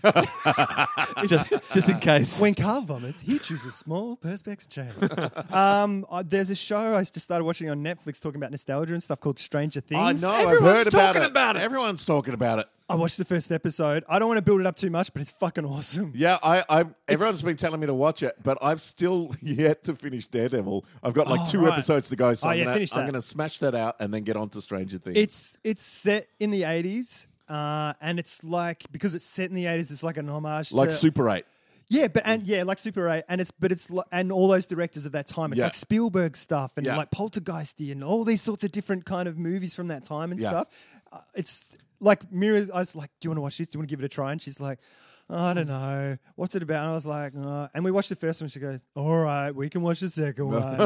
S2: just, just in case.
S3: When Carl vomits, he chooses small perspex chairs. um, uh, there's a show I just started watching on Netflix talking about nostalgia and stuff called Stranger
S1: I
S3: Things.
S1: know. I've
S2: Everyone's
S1: heard about
S2: talking
S1: it.
S2: about it.
S1: Everyone's talking about it.
S3: I watched the first episode. I don't want to build it up too much, but it's fucking awesome.
S1: Yeah, I, I everyone's been telling me to watch it, but I've still yet to finish Daredevil. I've got like
S3: Oh,
S1: two
S3: right.
S1: episodes to go, so
S3: Oh,
S1: I'm
S3: yeah,
S1: gonna
S3: finish
S1: I'm
S3: that.
S1: gonna smash that out and then get on to Stranger Things.
S3: It's it's set in the 80s. Uh, and it's like because it's set in the 80s, it's like an homage
S2: uh,
S1: like
S3: to
S1: Super Eight.
S3: Yeah, but
S1: Mm.
S3: and yeah, like Super Eight, and it's but it's li- and all those directors of that time, it's
S1: Yeah.
S3: like Spielberg stuff and
S1: Yeah.
S3: like Poltergeisty and all these sorts of different kind of movies from that time and
S1: Yeah.
S3: stuff. Uh, it's like Mira's. I was like, "Do you want to watch this? Do you want to give it a try?" And she's like, "Oh, "I
S1: Mm.
S3: don't know, what's it about?" And I was like, uh, "And we watched the first one." She goes, "All right, we can watch the second one."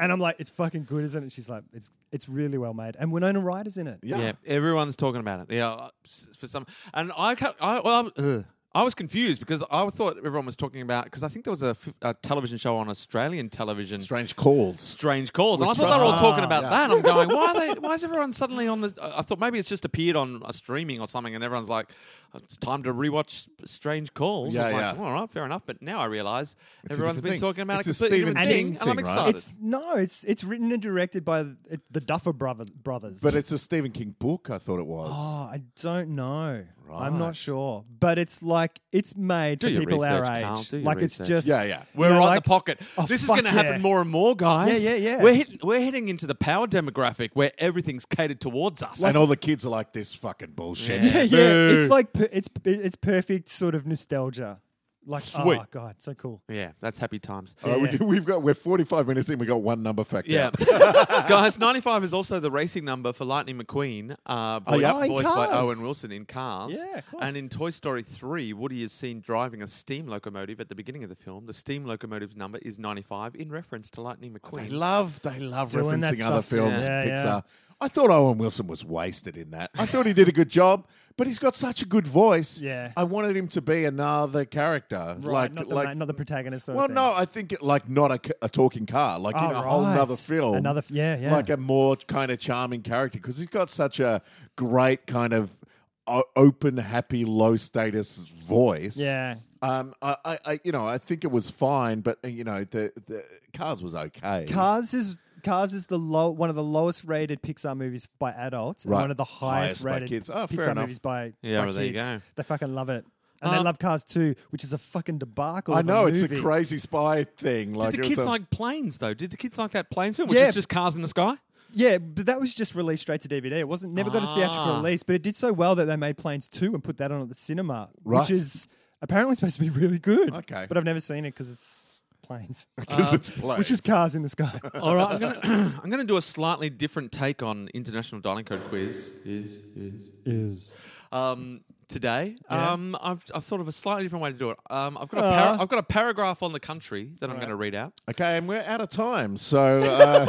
S3: and I'm like, "It's fucking good, isn't it?" She's like, "It's it's really well made." And Winona Ryder's in it.
S1: Yeah.
S2: Yeah, everyone's talking about it. Yeah, uh, s- for some, and I, can't- I, well, I'm- ugh. I was confused because I thought everyone was talking about because I think there was a, f- a television show on Australian television,
S1: Strange calls.
S2: Strange Calls, and I
S1: With
S2: thought they were all
S1: Russell.
S2: talking about
S1: Ah,
S2: that. And I'm going, why? Are they, why is everyone suddenly on this? I I thought maybe it's just appeared on a streaming or something, and everyone's like, it's time to rewatch Strange Calls.
S1: Yeah,
S2: I'm like,
S1: yeah.
S2: all right, fair enough. But now I realise
S1: a
S2: everyone's been
S1: different thing.
S2: talking about
S1: It's
S2: a
S1: a
S2: completely
S1: Stephen
S2: different
S1: King
S2: thing, and I'm
S1: thing, right?
S2: excited.
S3: It's no, it's it's written and directed by the, the Duffer brother, brothers.
S1: But it's a Stephen King book, I thought it was.
S3: Oh, I don't know.
S1: Right.
S3: I'm not sure. But it's like it's made
S2: Do
S3: for
S2: your
S3: people
S2: research,
S3: our age.
S2: Carl. Do your
S3: like
S2: research.
S3: it's just
S1: Yeah, yeah.
S2: We're
S3: you know,
S2: right
S3: like-
S2: in the pocket.
S3: Oh,
S2: this is
S3: fuck
S2: going to happen
S3: yeah.
S2: more and more, guys.
S3: Yeah, yeah, yeah.
S2: We're hit, we're heading into the power demographic where everything's catered towards us.
S1: and all the kids are like, this fucking bullshit.
S3: Yeah, yeah.
S2: Boo.
S3: It's like per, it's it's perfect sort of nostalgia. Like
S2: Sweet.
S3: oh god, so cool.
S2: yeah, that's happy times.
S1: All right, Uh, we, we've got we're 45 minutes in. We got one number fact.
S2: Yeah,
S1: out.
S2: guys. Ninety-five is also the racing number for Lightning McQueen, uh, voiced,
S1: yeah. Oh,
S3: in
S2: voiced by
S3: Cars.
S2: Owen Wilson in Cars.
S3: Yeah, of course.
S2: and in Toy Story Three, Woody is seen driving a steam locomotive at the beginning of the film. The steam locomotive's number is ninety-five in reference to Lightning
S1: Oh, They
S2: McQueen.
S1: love they love
S3: Doing that
S1: referencing other
S3: stuff,
S1: films,
S3: yeah. Yeah,
S1: Pixar.
S3: yeah.
S1: I thought Owen Wilson was wasted in that. I thought he did a good job, but he's got such a good voice.
S3: Yeah.
S1: I wanted him to be another character,
S3: Right,
S1: like
S3: not the
S1: like
S3: ma- not the protagonist. Sort
S1: well,
S3: of thing.
S1: no, I think it, like not a, c- a talking car, like in
S3: Oh,
S1: a whole
S3: right.
S1: other film,
S3: Another f- yeah, yeah.
S1: like a more kind of charming character because he's got such a great kind of o- open, happy, low status voice.
S3: Yeah.
S1: um, I, I, I, you know, I think it was fine, but uh, you know, the the Cars was okay.
S3: Cars is Cars is the low one of the lowest rated Pixar movies by adults, and
S1: Right.
S3: one of the highest,
S1: Highest by
S3: rated
S1: kids. Oh, fair
S3: Pixar
S1: enough.
S3: movies by
S2: Yeah,
S3: by
S2: well, there you
S3: kids.
S2: go.
S3: They fucking love it, and they
S2: Um,
S3: love Cars Two, which is a fucking debacle.
S1: I
S3: of
S1: know
S3: a
S1: it's a
S3: movie.
S1: crazy spy thing. Like
S2: Did
S1: it
S2: the
S1: was
S2: kids
S1: a-
S2: like planes though? Did the kids like that planes film, which
S3: Yeah.
S2: is just cars in the sky?
S3: Yeah, but that was just released straight to DVD. It wasn't never got a theatrical
S2: Ah.
S3: release, but it did so well that they made Planes Two and put that on at the cinema,
S1: Right.
S3: which is apparently supposed to be really good.
S1: Okay.
S3: but I've never seen it because it's planes, Uh,
S1: because it's planes.
S3: which is cars in the sky.
S2: All right, I'm gonna I'm gonna do a slightly different take on international dialing code quiz. Is is
S3: Is
S2: um, today.
S3: Yeah.
S2: Um, I've I've thought of a slightly different way to do it. Um, I've got a
S3: Aw.
S2: par- I've got a paragraph on the country that I'm going to read out.
S1: Okay, and we're out of time. So uh,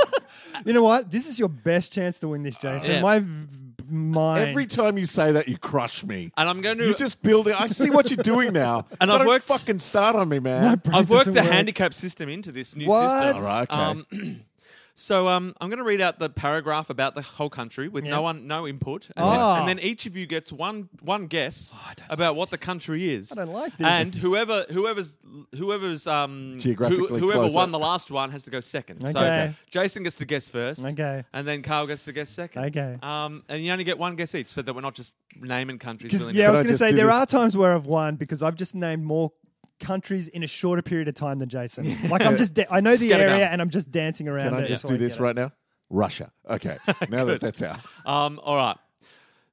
S3: you know what? This is your best chance to win this, Jason.
S2: Yeah.
S3: My v- mind.
S1: every time you say that, you crush me.
S2: And I'm going to.
S1: You're just building. I see what you're doing now.
S2: And I've
S1: Don't
S2: worked-
S1: fucking start on me, man.
S3: brain
S2: I've worked
S3: doesn't
S2: the
S3: work.
S2: handicap system into this new
S3: What?
S2: system.
S1: All right, okay.
S2: Um, so um, I'm going to read out the paragraph about the whole country with
S3: Yeah.
S2: no one, no input, and, then,
S3: Ah. Oh,
S2: and then each of you gets one one guess about what the country is. I
S3: don't like this.
S2: And whoever whoever's whoever's um, who-
S1: Geographically
S2: whoever
S1: closer.
S2: won the last one has to go second. So
S3: Okay.
S2: Jason gets to guess first.
S3: Okay.
S2: And then Carl gets to guess second.
S3: Okay.
S2: Um, and you only get one guess each, so that we're not just naming countries.
S3: Because
S2: willy-nilly.
S3: yeah, I was
S1: I
S3: going to
S1: just
S3: say
S1: do
S3: there
S1: this?
S3: are times where I've won because I've just named more countries in a shorter period of time than Jason. Like I'm just da- I know the
S2: Scattergun.
S3: area and I'm just dancing around.
S1: Can I
S3: it
S1: just
S3: until
S1: do this
S3: get it.
S1: right now? Russia. Okay. Now that that's out.
S2: Um, all right.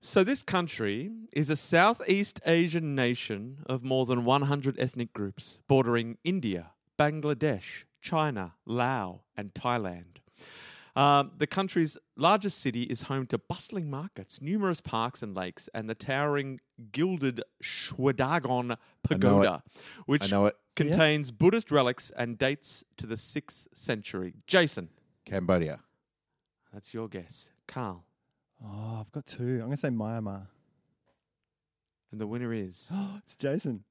S2: So this country is a Southeast Asian nation of more than 100 ethnic groups, bordering India, Bangladesh, China, Laos, and Thailand. Um, the country's largest city is home to bustling markets, numerous parks and lakes, and the towering gilded Shwedagon Pagoda,
S1: I
S2: which
S1: know it.
S2: contains Buddhist relics and dates to the 6th century. Jason,
S1: Cambodia.
S2: that's your guess. Carl.
S3: Oh, I've got two. I'm going to say Myanmar.
S2: And the winner is.
S3: It's Jason.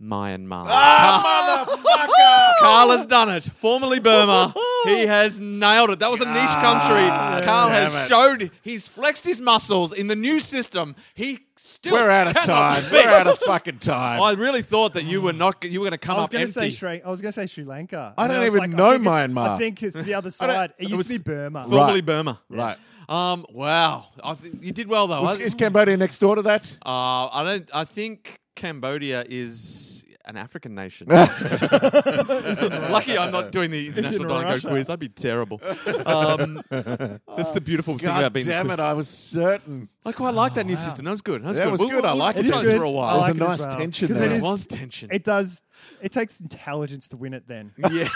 S2: Myanmar.
S1: Ah,
S2: Carl has done it. Formerly Burma. He has nailed it. That was a niche
S1: Ah,
S2: country. Carl has showed he's flexed his muscles in the new system. He still
S1: We're out of
S2: cannot
S1: time.
S2: beat.
S1: We're out of fucking time.
S2: I really thought that you were not you were going to come
S3: I was
S2: up
S3: going to say
S2: empty.
S3: Sri. I was going to say Sri Lanka.
S1: I
S3: And
S1: don't
S3: was
S1: even
S3: like,
S1: know
S3: think it's-
S1: Myanmar.
S3: I think it's the other
S1: don't-
S3: side. It
S1: it
S3: used
S1: was-
S3: to be Burma.
S1: Right.
S2: Formerly Burma.
S1: Right.
S2: Um. Wow. I think you did well though.
S1: Was-
S2: I,
S1: is Cambodia next door to that?
S2: uh, I don't. I think Cambodia is an African nation. Lucky I'm not doing the international
S3: in
S2: dining code
S3: Russia.
S2: quiz. That'd be terrible. Um, that's the beautiful thing about
S1: God
S2: being.
S1: damn it! I was certain.
S2: I quite like that new system. That was good. That was
S1: That
S2: good.
S1: was
S2: We'll-
S1: good. I
S2: we'll-
S1: like
S2: we'll
S1: it.
S2: do
S1: It's
S2: this
S1: good.
S2: for a
S3: I
S2: while.
S1: There's a
S3: like it as
S1: nice
S3: well.
S1: tension
S3: 'Cause
S1: there.
S3: it
S2: There
S3: is-
S2: was tension.
S3: It does. It takes intelligence to win it. Then
S2: yeah.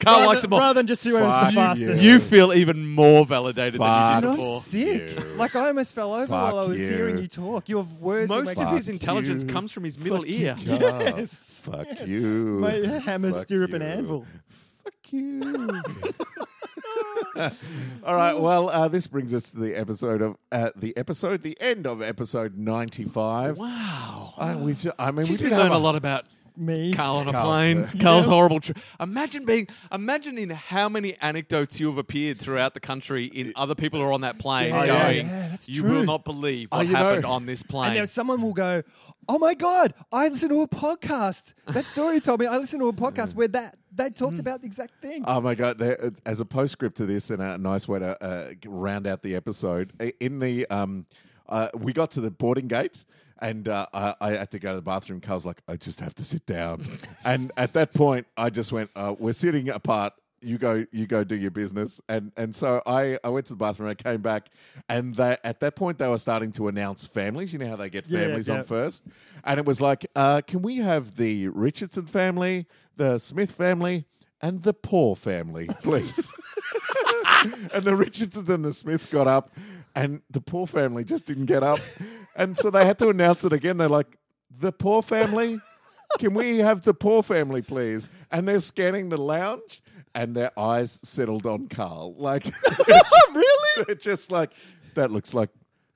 S2: Carl likes
S3: rather,
S2: it more.
S3: rather than just whoever's the
S1: Fuck you.
S3: fastest.
S2: You feel even more validated
S1: Fuck.
S2: than you
S3: And
S2: did
S3: I'm
S2: before.
S3: sick.
S1: you.
S3: Like I almost fell over while I
S1: Fuck
S3: was
S1: you.
S3: hearing you talk. Your words. are
S2: Most
S3: making-
S2: of his intelligence
S1: you.
S2: comes from his middle ear.
S1: God,
S3: Yes.
S1: Fuck you.
S3: My hammer,
S1: Fuck
S3: stirrup, and
S1: you.
S3: anvil.
S1: Fuck you. All right. Well, uh, this brings us to the episode of uh, the episode, the end of episode ninety-five.
S2: Wow.
S1: I, we ju- I mean,
S2: She's
S1: we did
S2: been
S1: have
S2: learning a lot about
S3: Me.
S2: Carl on a
S1: Carl,
S2: plane.
S1: yeah.
S2: Carl's horrible. Tr- imagine being. Imagine in how many anecdotes you have appeared throughout the country in other people who are on that plane
S3: Yeah,
S1: yeah,
S2: going.
S3: yeah, that's
S2: you
S3: true.
S2: will not believe
S1: Oh,
S2: what
S1: you know-
S2: happened on this
S3: And
S2: plane.
S3: then someone will go, "Oh my god, I listened to a podcast. That story you told me. I listened to a podcast where that they talked about the exact thing."
S1: Oh my god! There, uh, as a postscript to this, and a nice way to uh, g- round out the episode, i- in the um, uh, we got to the boarding gate, and uh, I, I had to go to the bathroom. Carl's like, "I just have to sit down," and at that point, I just went, uh, "We're sitting apart." You go, you go, do your business, and and so I, I went to the bathroom. I came back, and they, at that point they were starting to announce families. You know how they get
S3: Yeah,
S1: families
S3: yeah.
S1: on first, and it was like, uh, can we have the Richardson family, the Smith family, and the poor family, please. and the Richardsons and the Smiths got up, and the poor family just didn't get up. And so they had to announce it again. They're like, the poor family? Can we have the poor family, please? And they're scanning the lounge, and their eyes settled on Carl. Like, really? They're just like, that looks like.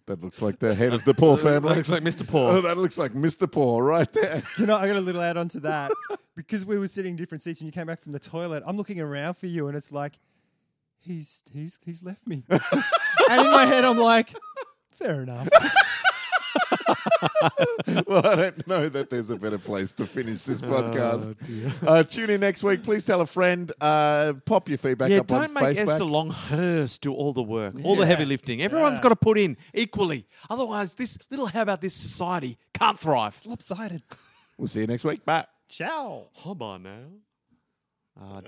S1: That looks like the head of the poor family.
S2: that looks like Mr.
S1: Oh,
S2: Paul.
S1: that looks like Mr. Paw right there.
S3: You know, I got a little add on to that because we were sitting in different seats and you came back from the toilet. I'm looking around for you, and it's like he's he's he's left me. and in my head, I'm like, fair enough.
S1: well, I don't know that there's a better place to finish
S2: Oh,
S1: this podcast. uh, tune in next week. Please tell a friend. Uh, pop your feedback
S2: yeah,
S1: up on
S2: don't make
S1: Facebook.
S2: Esther Longhurst do all the work, all the heavy lifting. Everyone's got to put in equally. Otherwise, this little how about this society can't thrive.
S3: Lopsided.
S1: we'll see you next week. Bye.
S3: Ciao.
S2: Come on now. Ah,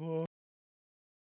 S2: Oh, dear.